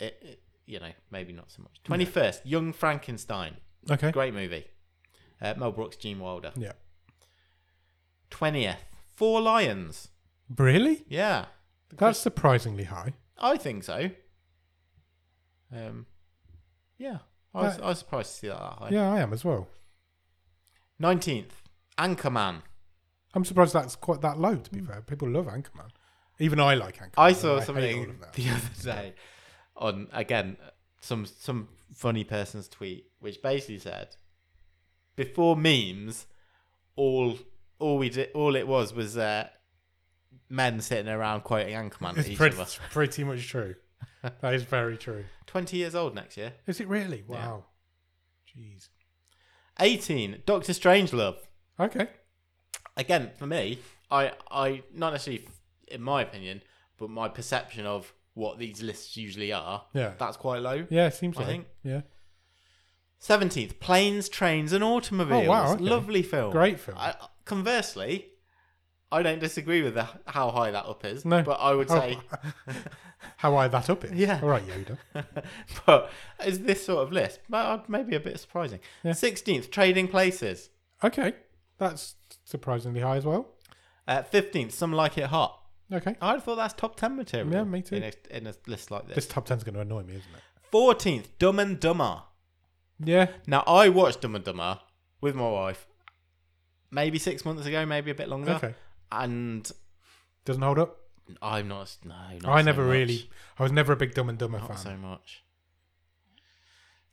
It, it, you know, maybe not so much. 21st, Young Frankenstein.
Okay.
Great movie. Uh, Mel Brooks, Gene Wilder.
Yeah.
20th, Four Lions.
Really?
Yeah,
That's surprisingly high.
I think so. Um, yeah, I was,
That-
I was surprised to see that that high.
Yeah, I am as well.
19th, Anchorman.
I'm surprised that's quite that low. To be fair, people love Anchorman. Even I like Anchorman.
Hmm. I
and
saw
hate all
something
of that.
(laughs) the other day on again some some funny person's tweet which basically said before memes all all we did all it was was uh, men sitting around quoting Anchorman at
It's
each
pretty,
other.
(laughs) pretty much
(laughs)
true. That is very true.
20 years old next year.
Is it really? Wow. Jeez.
18 Doctor Strangelove.
Okay.
Again for me I I not necessarily f- in my opinion but my perception of what these lists usually are
Yeah.
that's quite low.
Yeah, it seems
I
like.
think-
Yeah.
Seventeenth, planes, trains, and automobiles.
Oh, wow, okay.
Lovely film.
Great film.
I, conversely, I don't disagree with the, how high that up is.
No.
but I would
Oh.
say,
How I that up it.
Yeah.
All right, (laughs) Yoda.
(laughs) but is this sort of list ma- maybe a bit surprising?
Yeah.
Sixteenth, trading places.
Okay. That's surprisingly high as well.
Uh, Fifteenth, some like it hot.
Okay.
I thought that's top ten material.
Yeah, me too.
In a, in a list like
This
this.
top 10's going to annoy me, isn't it?
Fourteenth, Dumb and Dumber.
Yeah.
Now I watched Dumb and Dumber with my wife, maybe six months ago, maybe a bit longer,
Okay.
and
Doesn't hold up.
I'm not. No, not
I
so
never
much.
really. I was never a big Dumb and Dumber
Not
fan.
so much.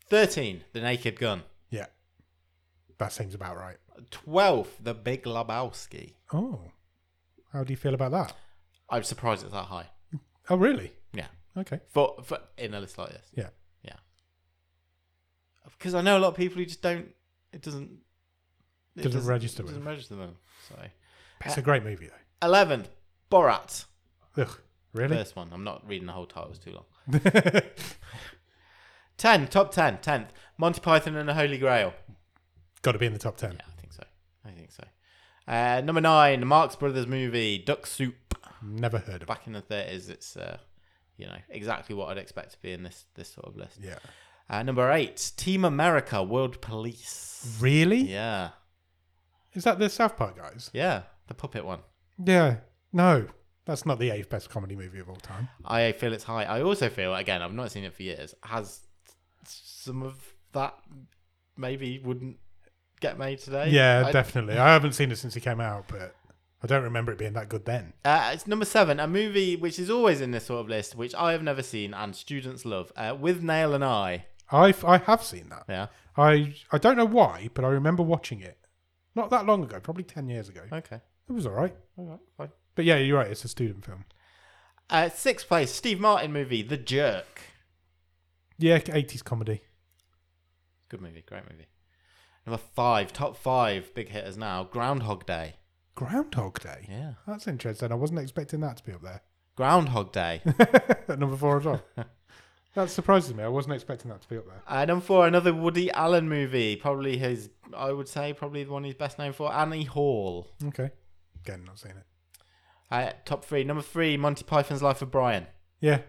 Thirteen, The Naked Gun.
Yeah. That seems about right.
Twelve, The Big Lebowski.
Oh. How do you feel about that?
I'm surprised it's that high.
Oh, really?
Yeah,
Okay.
for, for in a list like this.
Yeah.
yeah. Because I know a lot of people who just don't. It doesn't. It
Doesn't register
Doesn't
with.
register them. So
It's a great movie, though.
eleven, Borat.
Ugh. Really?
First one. I'm not reading the whole title. It's too long.
(laughs)
Ten, top ten, tenth. Monty Python and the Holy Grail.
Got to be in the top 10.
Yeah, I think so. I think so. Uh, number nine, Marx Brothers movie, Duck Soup.
Never heard of it.
Back in the thirties, it's uh, you know exactly what I'd expect to be in this this sort of list.
Yeah.
Uh, number eight, Team America, World Police.
Really?
Yeah,
Is that the South Park guys?
yeah, the puppet one.
Yeah. No. That's not the eighth best comedy movie of all time.
I feel it's high. I also feel again, I've not seen it for years. Has some of that maybe wouldn't get made today?
Yeah,
I-
definitely. I haven't seen it since it came out, but I don't remember it being that good then.
Uh, it's number seven, a movie which is always in this sort of list, which I have never seen and students love. Uh, With Nail and I.
I I have seen that.
Yeah.
I I don't know why, but I remember watching it not that long ago, probably ten years ago.
Okay.
It was all right,
All right. Fine.
but yeah, you're right. It's a student film.
Uh, sixth place, Steve Martin movie, The Jerk.
Yeah, eighties comedy.
Good movie. Great movie. Number five, top five big hitters now, Groundhog Day.
Groundhog Day.
Yeah.
That's interesting. I wasn't expecting that to be up there. (laughs)
Groundhog Day.
At number four as
(laughs)
well. that surprises me. I wasn't expecting that to be up there.
uh, number four, another Woody Allen movie. Probably his, I would say, probably the one he's best known for, Annie Hall.
Okay. Again, not seeing it.
Uh, top three. Number three, Monty Python's Life of Brian.
Yeah.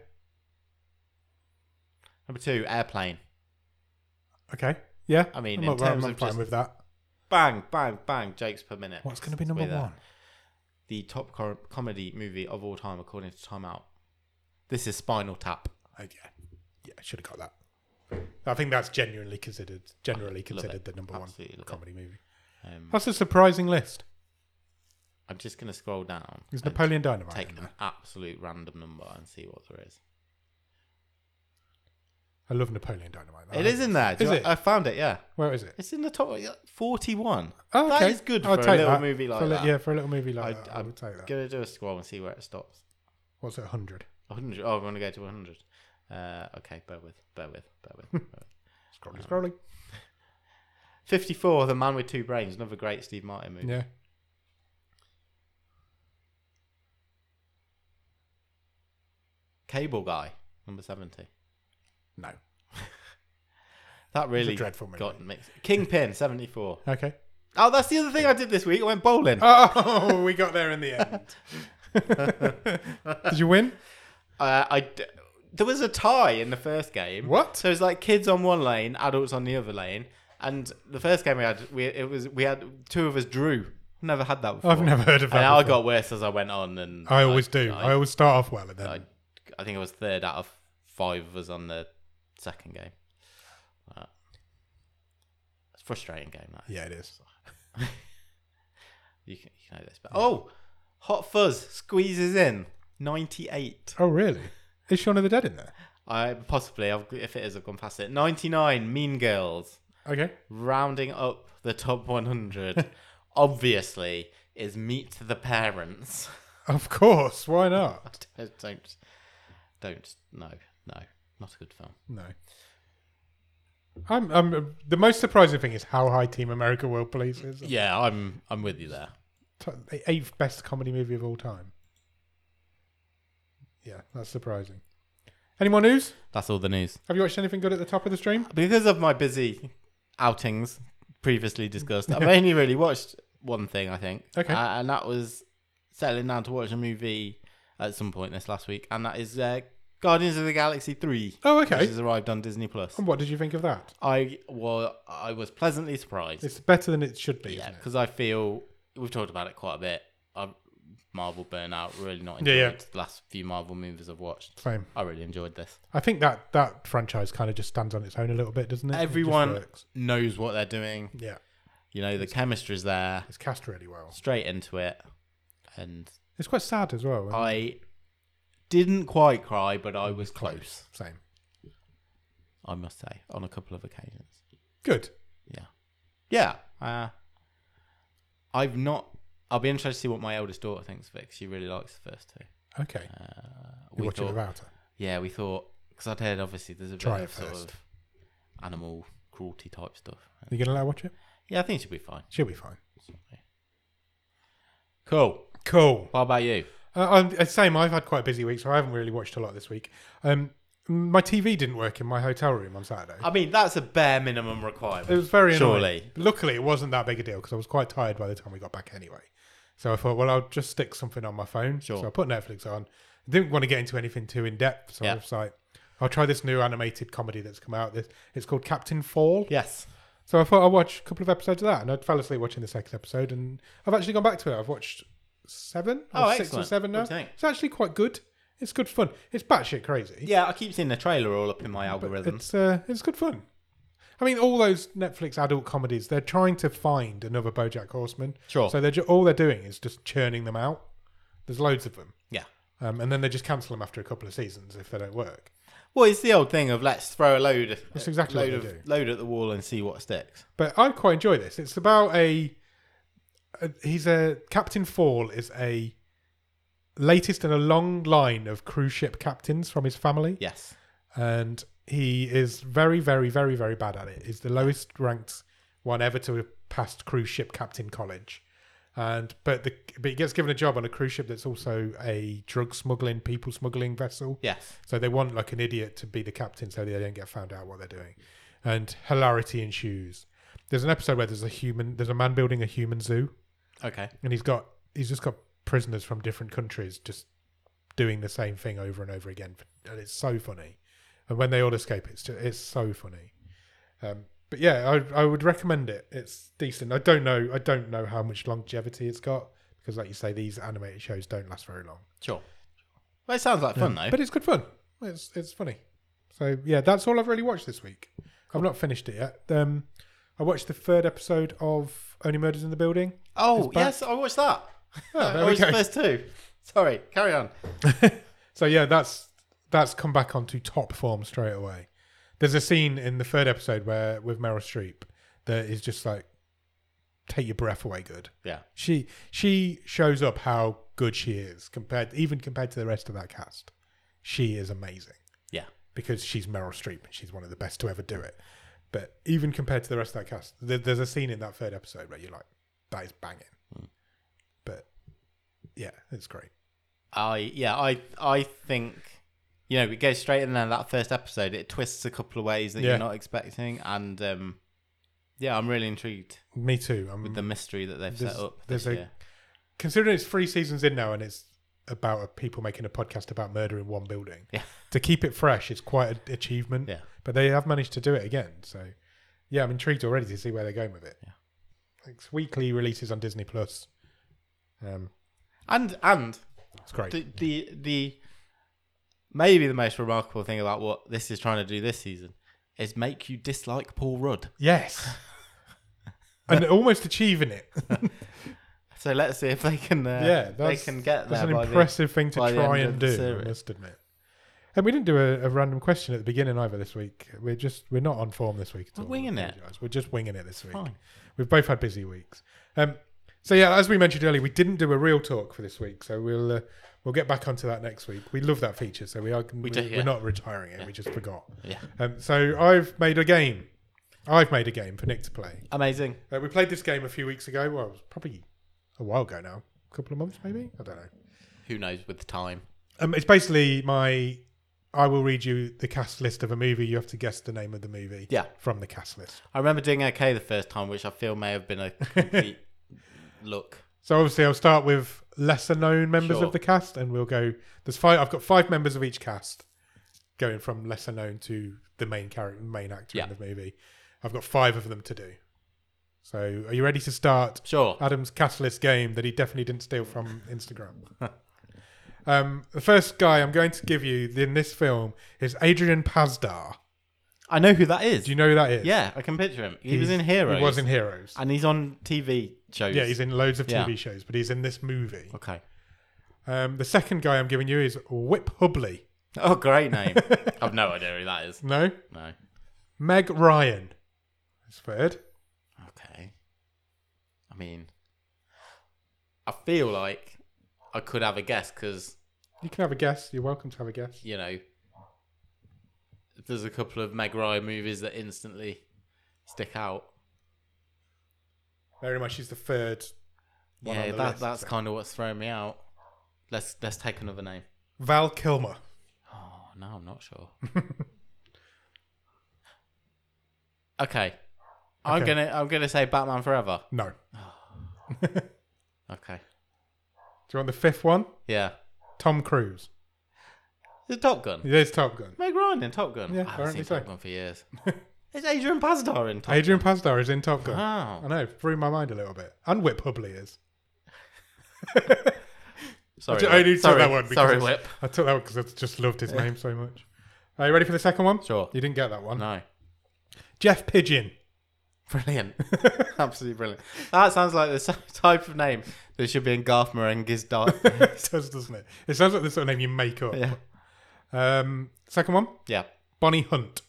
Number two, Airplane.
Okay. Yeah.
I mean,
I'm
in
not- I'm
terms
not
of
fine
just-
with that.
bang, bang, bang, jokes per minute.
What's going to be
It's
number
with, uh,
one?
The top cor- comedy movie of all time, according to Time Out. This is Spinal Tap.
Oh, yeah. Yeah, I should have got that. I think that's genuinely considered, generally considered
it.
the number
Absolutely
one
love it.
comedy movie.
Um,
Mm. That's a surprising list.
I'm just going to scroll down.
Is
and
Napoleon Dynamite?
Take
in
an
there?
absolute random number and see what there is.
I love Napoleon Dynamite.
It is in there. Do
Uh, Is it?
you- I found it, yeah.
Where is it?
It's in the top yeah, 41.
Oh,
That
okay.
is good
I'll
for a
take
little
that.
movie like
For a li-
that.
Yeah, for a little movie like
I,
that, I
I'm
would take that.
going to do a scroll and see where it stops.
What's it? Hundred.
100. Oh, I want to go to 100. Uh, okay, bear with, bear with, bear with. Bear
(laughs)
with.
Scrolling, scrolling.
54, The Man with Two Brains, another great Steve Martin movie.
Yeah.
Cable Guy, number 70.
No.
That really
dreadful movie.
got mixed.
(laughs)
Kingpin, 74.
Okay.
Oh, that's the other thing I did this week. I went bowling.
Oh, we got there in the
(laughs)
end. Did you win?
Uh, I d- there was a tie in the first game.
What?
So it's like kids on one lane, adults on the other lane. And the first game we had, we it was we had two of us drew. Never had that before.
I've never heard of that.
And I
before. Oh,
got worse as I went on. And
I always
like,
do.
I,
I, always start off well and then.
I, I think I was third out of five of us on the second game. Uh, it's a frustrating game. That
yeah, it is.
you, can, you know this, but oh, Hot Fuzz squeezes in ninety eight.
Oh, really? Is Shaun of the Dead in there?
I possibly I've, if it is, I've gone past it. Ninety nine. Mean Girls
Okay.
rounding up the top one hundred. obviously, is Meet the Parents. (laughs)
Of course. Why not?
don't don't- don't no no not a good film.
No. I'm, I'm. The most surprising thing is how high Team America World Police is.
Yeah, I'm I'm with you there.
T- The eighth best comedy movie of all time. Yeah, that's surprising. Any more news?
That's all the news.
Have you watched anything good at the top of the stream?
because of my busy outings previously discussed, I've only really watched one thing, I think.
Okay.
Uh, and that was settling down to watch a movie at some point this last week, and that is uh, Guardians of the Galaxy 3.
Oh,
Which
okay. Um,
has arrived on Disney Plus.
And what did you think of that?
I was I was pleasantly surprised.
It's better than it should be.
Yeah,
Isn't it?
because I feel we've talked about it quite a bit. I, Marvel burnout. Really not
Yeah,
enjoyed
yeah.
the last few Marvel movies I've watched.
Same.
I really enjoyed this.
I think that that franchise kind of just stands on its own a little bit, doesn't it? It just
Everyone
works.
knows what they're doing.
yeah,
You know the chemistry's there.
it's cast really well.
Straight into it, and
It's quite sad as well. isn't it?
I didn't quite cry, but I was close.
Same.
I must say, on a couple of occasions.
Good.
Yeah. Yeah. Uh, I've not. I'll be interested to see what my eldest daughter thinks of it 'cause she really likes the first two.
Okay.
Uh,
You're
we
watching
thought,
without her.
yeah, we thought because I'd heard obviously there's a
Try it
bit of sort
first.
of animal cruelty type stuff.
Are you going to let her watch it?
Yeah, I think she'll be fine.
She'll be fine.
Cool.
Cool.
What about you?
Uh, I'm uh, same. I've had quite a busy week, so I haven't really watched a lot this week. Um, my TV didn't work in my hotel room on Saturday.
I mean, that's a bare minimum
It
requirement.
was very annoying.
Surely.
Luckily, it wasn't that big a deal because I was quite tired by the time we got back anyway. So I thought, well, I'll just stick something on my phone.
Sure.
So I put Netflix on. I didn't want to get into anything too in depth. So I
Yeah.
was like, I'll try this new animated comedy that's come out. This it's called Captain Fall.
Yes.
So I thought I'd watch a couple of episodes of that, and I fell asleep watching the second episode, and I've actually gone back to it. I've watched seven, or
Oh,
six or
excellent.
seven now.
What do you think?
It's actually quite good. It's good fun. It's batshit crazy.
Yeah, I keep seeing the trailer all up in my algorithm.
It's uh, it's good fun. I mean, all those Netflix adult comedies, they're trying to find another BoJack Horseman.
Sure.
So they're ju- all they're doing is just churning them out. There's loads of them,
yeah.
um, and then they just cancel them after a couple of seasons if they don't work.
Well, it's the old thing of let's throw a load,
That's exactly
load
what they
of load at the wall and see what sticks.
But I quite enjoy this. It's about a, a he's a Captain Fall is a latest in a long line of cruise ship captains from his family.
Yes.
and he is very, very, very, very bad at it. He's the lowest ranked one ever to have passed cruise ship captain college, and but the but he gets given a job on a cruise ship that's also a drug smuggling, people smuggling vessel.
Yes.
So they want like an idiot to be the captain so they don't get found out what they're doing, and hilarity ensues. There's an episode where there's a human, there's a man building a human zoo,
Okay.
and he's got he's just got prisoners from different countries just doing the same thing over and over again, and it's so funny. And when they all escape, it's just, it's so funny. Um, but yeah, I I would recommend it. It's decent. I don't know I don't know how much longevity it's got because, like you say, these animated shows don't last very long.
Sure. Well, it sounds like fun though.
But it's good fun. It's it's funny. So yeah, that's all I've really watched this week. I've not finished it yet. Um, I watched the third episode of Only Murders in the Building.
oh
it's back. Ah,
yes, I watched that.
there
(laughs) I
we
watched the
go.
first two. Sorry, carry on.
So yeah, that's that's come back onto top form straight away. There's a scene in the third episode where with Meryl Streep that is just like take your breath away good.
Yeah.
She she shows up how good she is compared even compared to the rest of that cast. She is amazing
Yeah.
because she's Meryl Streep and she's one of the best to ever do it. But even compared to the rest of that cast, there, there's a scene in that third episode where you're like, that is banging.
Hmm.
But yeah, it's great.
I yeah I I think you know it goes straight in there that first episode. It twists a couple of ways that
Yeah.
you're not expecting, and um, yeah, I'm really intrigued
Me too. I'm
with the mystery that they've
There's-
set up
there's
this
a-
year.
considering it's three seasons in now and it's about a- people making a podcast about murder in one building
Yeah.
to keep it fresh is quite an achievement
Yeah.
but they have managed to do it again so yeah i'm intrigued already to see where they're going with it
Yeah.
it's weekly releases on disney plus um
And and
it's great
the the the maybe the most remarkable thing about what this is trying to do this season is make you dislike Paul Rudd. (laughs)
yes and almost achieving it
So let's see if they can uh,
yeah
they
that's,
can get
that's
there.
an
by the-
impressive thing to
by the
try
end of
and
the
do i
series.
must admit and we didn't do a, a random question at the beginning either this week we're just we're not on form this week at
We're
all.
winging
I
it.
apologise. we're just winging it this week
Fine.
we've both had busy weeks um so yeah as we mentioned earlier we didn't do a real talk for this week so we'll uh, we'll get back onto that next week we love that feature so we are we
do, yeah.
we're not retiring it we just forgot
Yeah.
um, so i've made a game i've made a game for nick to play
Amazing.
uh, we played this game a few weeks ago. Well, it was probably a while ago now, a couple of months maybe. I don't know.
Who knows with the time?
Um, it's basically my. I will read you the cast list of a movie. You have to guess the name of the movie
Yeah.
from the cast list.
I remember doing okay the first time, which I feel may have
(laughs)
been a complete look.
So obviously, I'll start with lesser known members
Sure.
of the cast, and we'll go. There's five. I've got five members of each cast, going from lesser known to the main character, main actor
Yeah.
in the movie. I've got five of them to do. So, are you ready to start
Sure.
Adam's catalyst game that he definitely didn't steal from Instagram. (laughs) um, the first guy I'm going to give you in this film is Adrian Pazdar.
I know who that is.
Do you know who that is?
yeah, I can picture him. He was
He's-
in Heroes.
He was in Heroes.
and he's on TV shows.
Yeah, he's in loads of
Yeah.
TV shows, but he's in this movie.
Okay.
Um, the second guy I'm giving you is Whip Hubley.
Oh, great
(laughs)
name. I've no idea who that is.
No?
No.
Meg Ryan. That's third.
Okay. I mean, I feel like I could have a guess because
You can have a guess. You're welcome to have a guess.
you know there's a couple of Meg Ryan movies that instantly stick out.
Very much, she's the third. One on
yeah,
the
that,
list,
that's
so.
kind of what's throwing me out. Let's let's take another name.
Val Kilmer.
Oh no, I'm not
(laughs)
sure. okay. I'm
Okay.
gonna I'm gonna say Batman Forever.
No. Do you
Okay.
want the fifth one?
Yeah.
Tom Cruise.
It's Top Gun.
There's Top Gun.
Meg Ryan in Top Gun.
Yeah,
I haven't seen
apparently so.
Top Gun
(laughs)
for years. It's Adrian Pazdar in Top
Adrian Pazdar is in Top Gun. I
Wow.
know, blew my mind a little bit. And Whip Hubley is.
Sorry.
I
Whip.
only took
sorry,
that one because
Sorry,
it's-
Whip.
I took that one because I just loved his name so much. Are you ready for the second one?
Sure.
You didn't get that one. (laughs)
No.
Jeff Pigeon. (laughs)
Brilliant. Absolutely brilliant. That sounds like the (laughs) s- type of name that should be in Garth Marenghi's dark.
(laughs) it does, doesn't it? It sounds like the sort of name you make up.
yeah.
Um, second one,
Yeah.
Bonnie Hunt.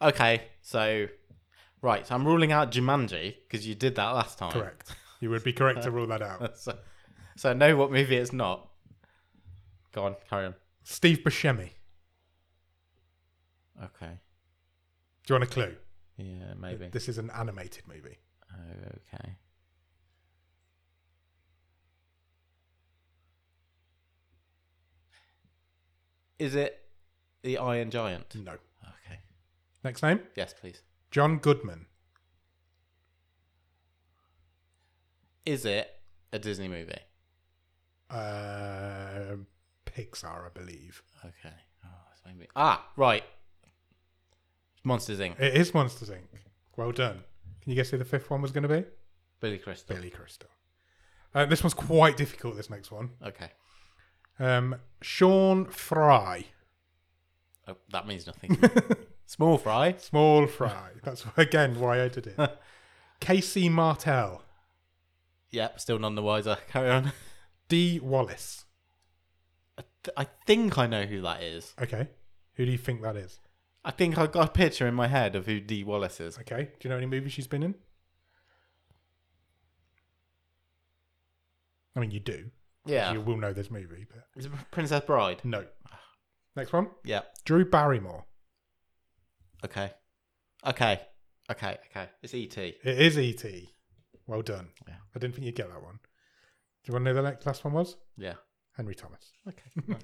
Okay. So, right. So I'm ruling out Jumanji because you did that last time.
Correct. You would be correct to rule that out.
(laughs) so, so I know what movie it's not. Go on, carry on.
Steve Buscemi.
Okay.
Do you want a clue?
Yeah, maybe.
This is an animated movie.
Okay. Is it the Iron Giant?
No.
Okay.
Next name,
Yes, please.
John Goodman.
Is it a Disney movie?
Uh, Pixar, I believe.
Okay. Oh, it's maybe. Ah, right. Monsters Inc.
It is Monsters Inc. Well done. Can you guess who the fifth one was going to be?
Billy Crystal.
Billy Crystal. Uh, this one's quite difficult. This next one,
Okay.
um, Sean Fry,
Oh, that means (laughs) nothing. Small fry.
Small Fry. (laughs) That's again why I did it. Casey Martell,
Yep, still none the wiser. (laughs) Carry on.
D. Wallace.
I, th- I think I know who that is.
Okay, who do you think that is?
I think I got a picture in my head of who D. Wallace is.
Okay, do you know any movies she's been in? I mean, you do.
Yeah.
You will know this movie, but
Is it Princess Bride.
no. Next one,
Yep.
Drew Barrymore.
Okay. Okay. Okay. Okay. It's E E.T.
It is E.T. Well done.
Yeah.
I didn't think you'd get that one. Do you want to know the next, last one was?
Yeah.
Henry Thomas.
Okay.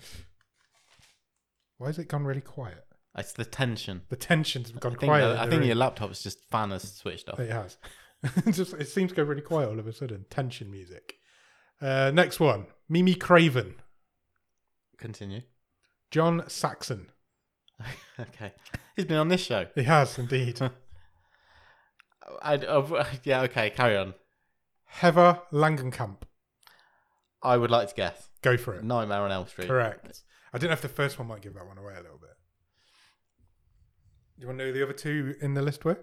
(laughs) Why has it gone really quiet?
it's the tension.
The tension's gone
I think,
quiet.
the-
in
I
the
think
room.
your laptop's just fan has switched
(laughs)
off.
It has. (laughs) It Just, it seems to go really quiet all of a sudden. Tension music. Uh, next one Mimi Craven,
Continue. (laughs)
John Saxon.
okay. He's been on this show.
He has indeed.
(laughs) I, I- uh, (laughs) yeah, okay, carry on.
Heather Langenkamp.
I would like to guess.
Go for it.
Nightmare on Elm Street.
Correct. I don't know if the first one might give that one away a little bit. Do you want to know who the other two in the list were?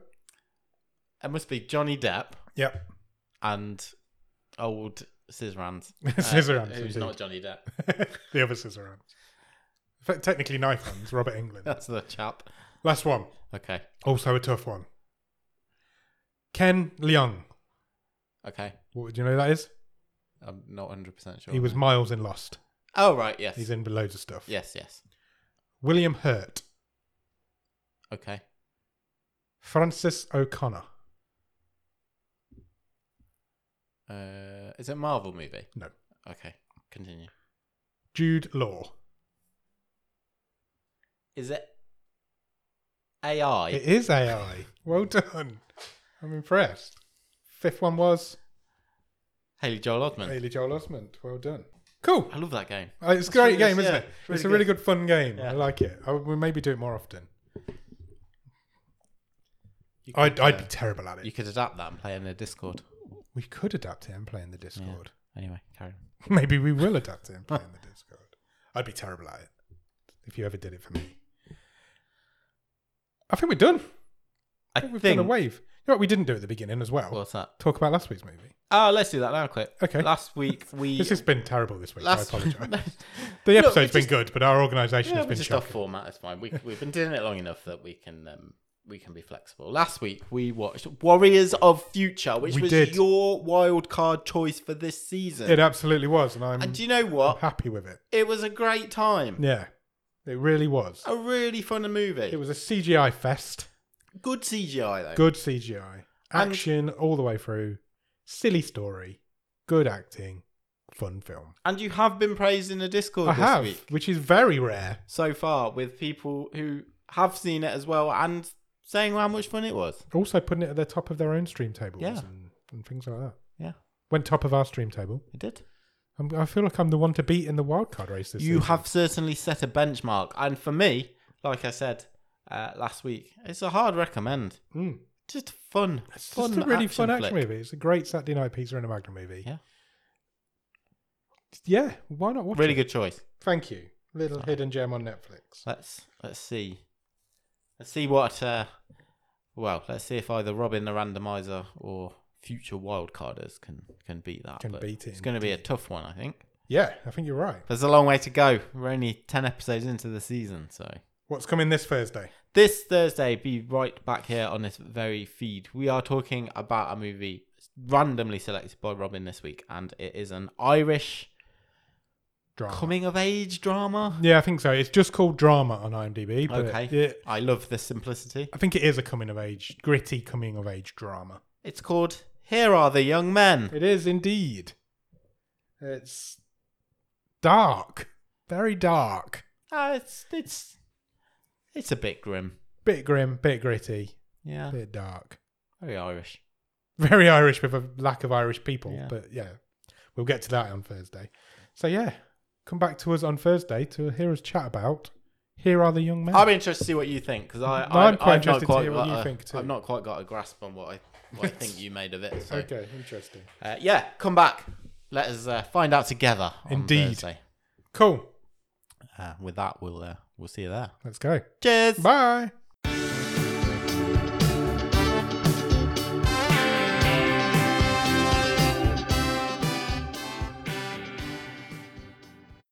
It must be Johnny Depp
Yep. (laughs)
and old Scissorhands.
(laughs)
Uh,
Scissorhands,
Who's
indeed.
not Johnny Depp. (laughs)
the other scissorhands. In fact, Technically, knife hands. Robert England.
That's the chap.
Last one.
Okay.
Also a tough one. Ken Leung.
Okay.
What do you know who that is?
I'm not 100% sure.
He was Miles in Lost.
Oh, right. Yes.
He's in loads of stuff.
Yes, yes.
William Hurt.
Okay.
Francis O'Connor.
Uh, is it a Marvel movie?
No.
Okay. Continue.
Jude Law.
Is it AI?
It is AI. well done. I'm impressed. Fifth one was
Haley Joel Osment.
Haley Joel Osment. Well done. Cool.
I love that game.
Uh, It's a great
really-
game, isn't
yeah,
it? It's,
it's really
a really good, fun game.
Yeah.
I like it. I, we maybe do it more often.
You
I'd,
could,
I'd
uh,
be terrible at it.
you could adapt that and play in a Discord.
we could adapt it and play in the Discord. (laughs)
Anyway, carry on.
Maybe we will adapt it and play in
(laughs)
the Discord. I'd be terrible at it if you ever did it for me. I think we're done.
I
I think
think.
we've done a wave. You know what we didn't do at the beginning as well?
What's that?
Talk about last week's movie.
Oh, let's do that now, quick.
Okay. (laughs)
Last week we.
This has been terrible this week. so
last
I
(laughs)
apologise. the
Look,
episode's been
we just-
good, but our organisation
Yeah,
has
we're
been
just off
shocking.
format.
(laughs)
It's fine. We, we've been doing it long enough that we can um, we can be flexible. Last week we watched Warriors of Future, which
We
was
did.
your wild card choice for this season.
It absolutely was, and I'm
and do you know what?
happy with it.
It was a great time.
Yeah, it really was.
A really fun movie.
It was a CGI fest.
good CGI though.
Good CGI. Action all the way through. Silly story. Good acting. Fun film.
And you have been praised in the Discord
I
this
have,
week
which is very rare.
so far with people who have seen it as well and saying how much fun it was.
Also putting it at the top of their own stream tables
Yeah.
and, and things like that.
Yeah,
Went top of our stream table.
it did.
I'm, I feel like I'm the one to beat in the wildcard race this
you
season.
have certainly set a benchmark and for me like i said uh, last week it's a hard recommend
Mm.
just fun
It's
fun
just a really
action
fun action
flick.
movie. It's a great Saturday night pizza and a magnum movie.
Yeah.
Yeah, why not watch
really
it?
good choice
Thank you. Little hidden gem on Netflix.
let's let's see let's see what uh well let's see if either robin the randomizer or future wildcarders can can beat that
Can
but
beat it
it's going to be a tough one i think
Yeah, I think you're right.
there's a long way to go we're only 10 episodes into the season so
What's coming this Thursday?
this Thursday, be right back here on this very feed. We are talking about a movie randomly selected by Robin this week, and it is an Irish
Drama.
coming of age drama.
Yeah, I think so. It's just called drama on IMDb. But
Okay,
it-
I love the simplicity.
I think it is a coming of age, gritty coming of age drama.
It's called Here Are the Young Men.
It is indeed. It's dark, very dark,
Uh, it's it's it's a bit grim.
bit grim, bit gritty,
Yeah,
bit dark.
very Irish.
Very Irish with a lack of Irish people,
Yeah.
but yeah, we'll get to that on Thursday. So yeah, come back to us on Thursday to hear us chat about. Here are the young men.
I'm interested to see what you think because I,
I'm
I
quite
I've
interested to
not quite
hear what
got
you
a-
think too.
I've not quite got a grasp on what I
(laughs)
what I think you made of it. So.
okay, interesting.
Uh, yeah, come back. Let us uh, find out together. On
Indeed.
Thursday.
Cool.
Uh, with that, we'll uh, we'll see you there.
Let's go.
Cheers.
Bye.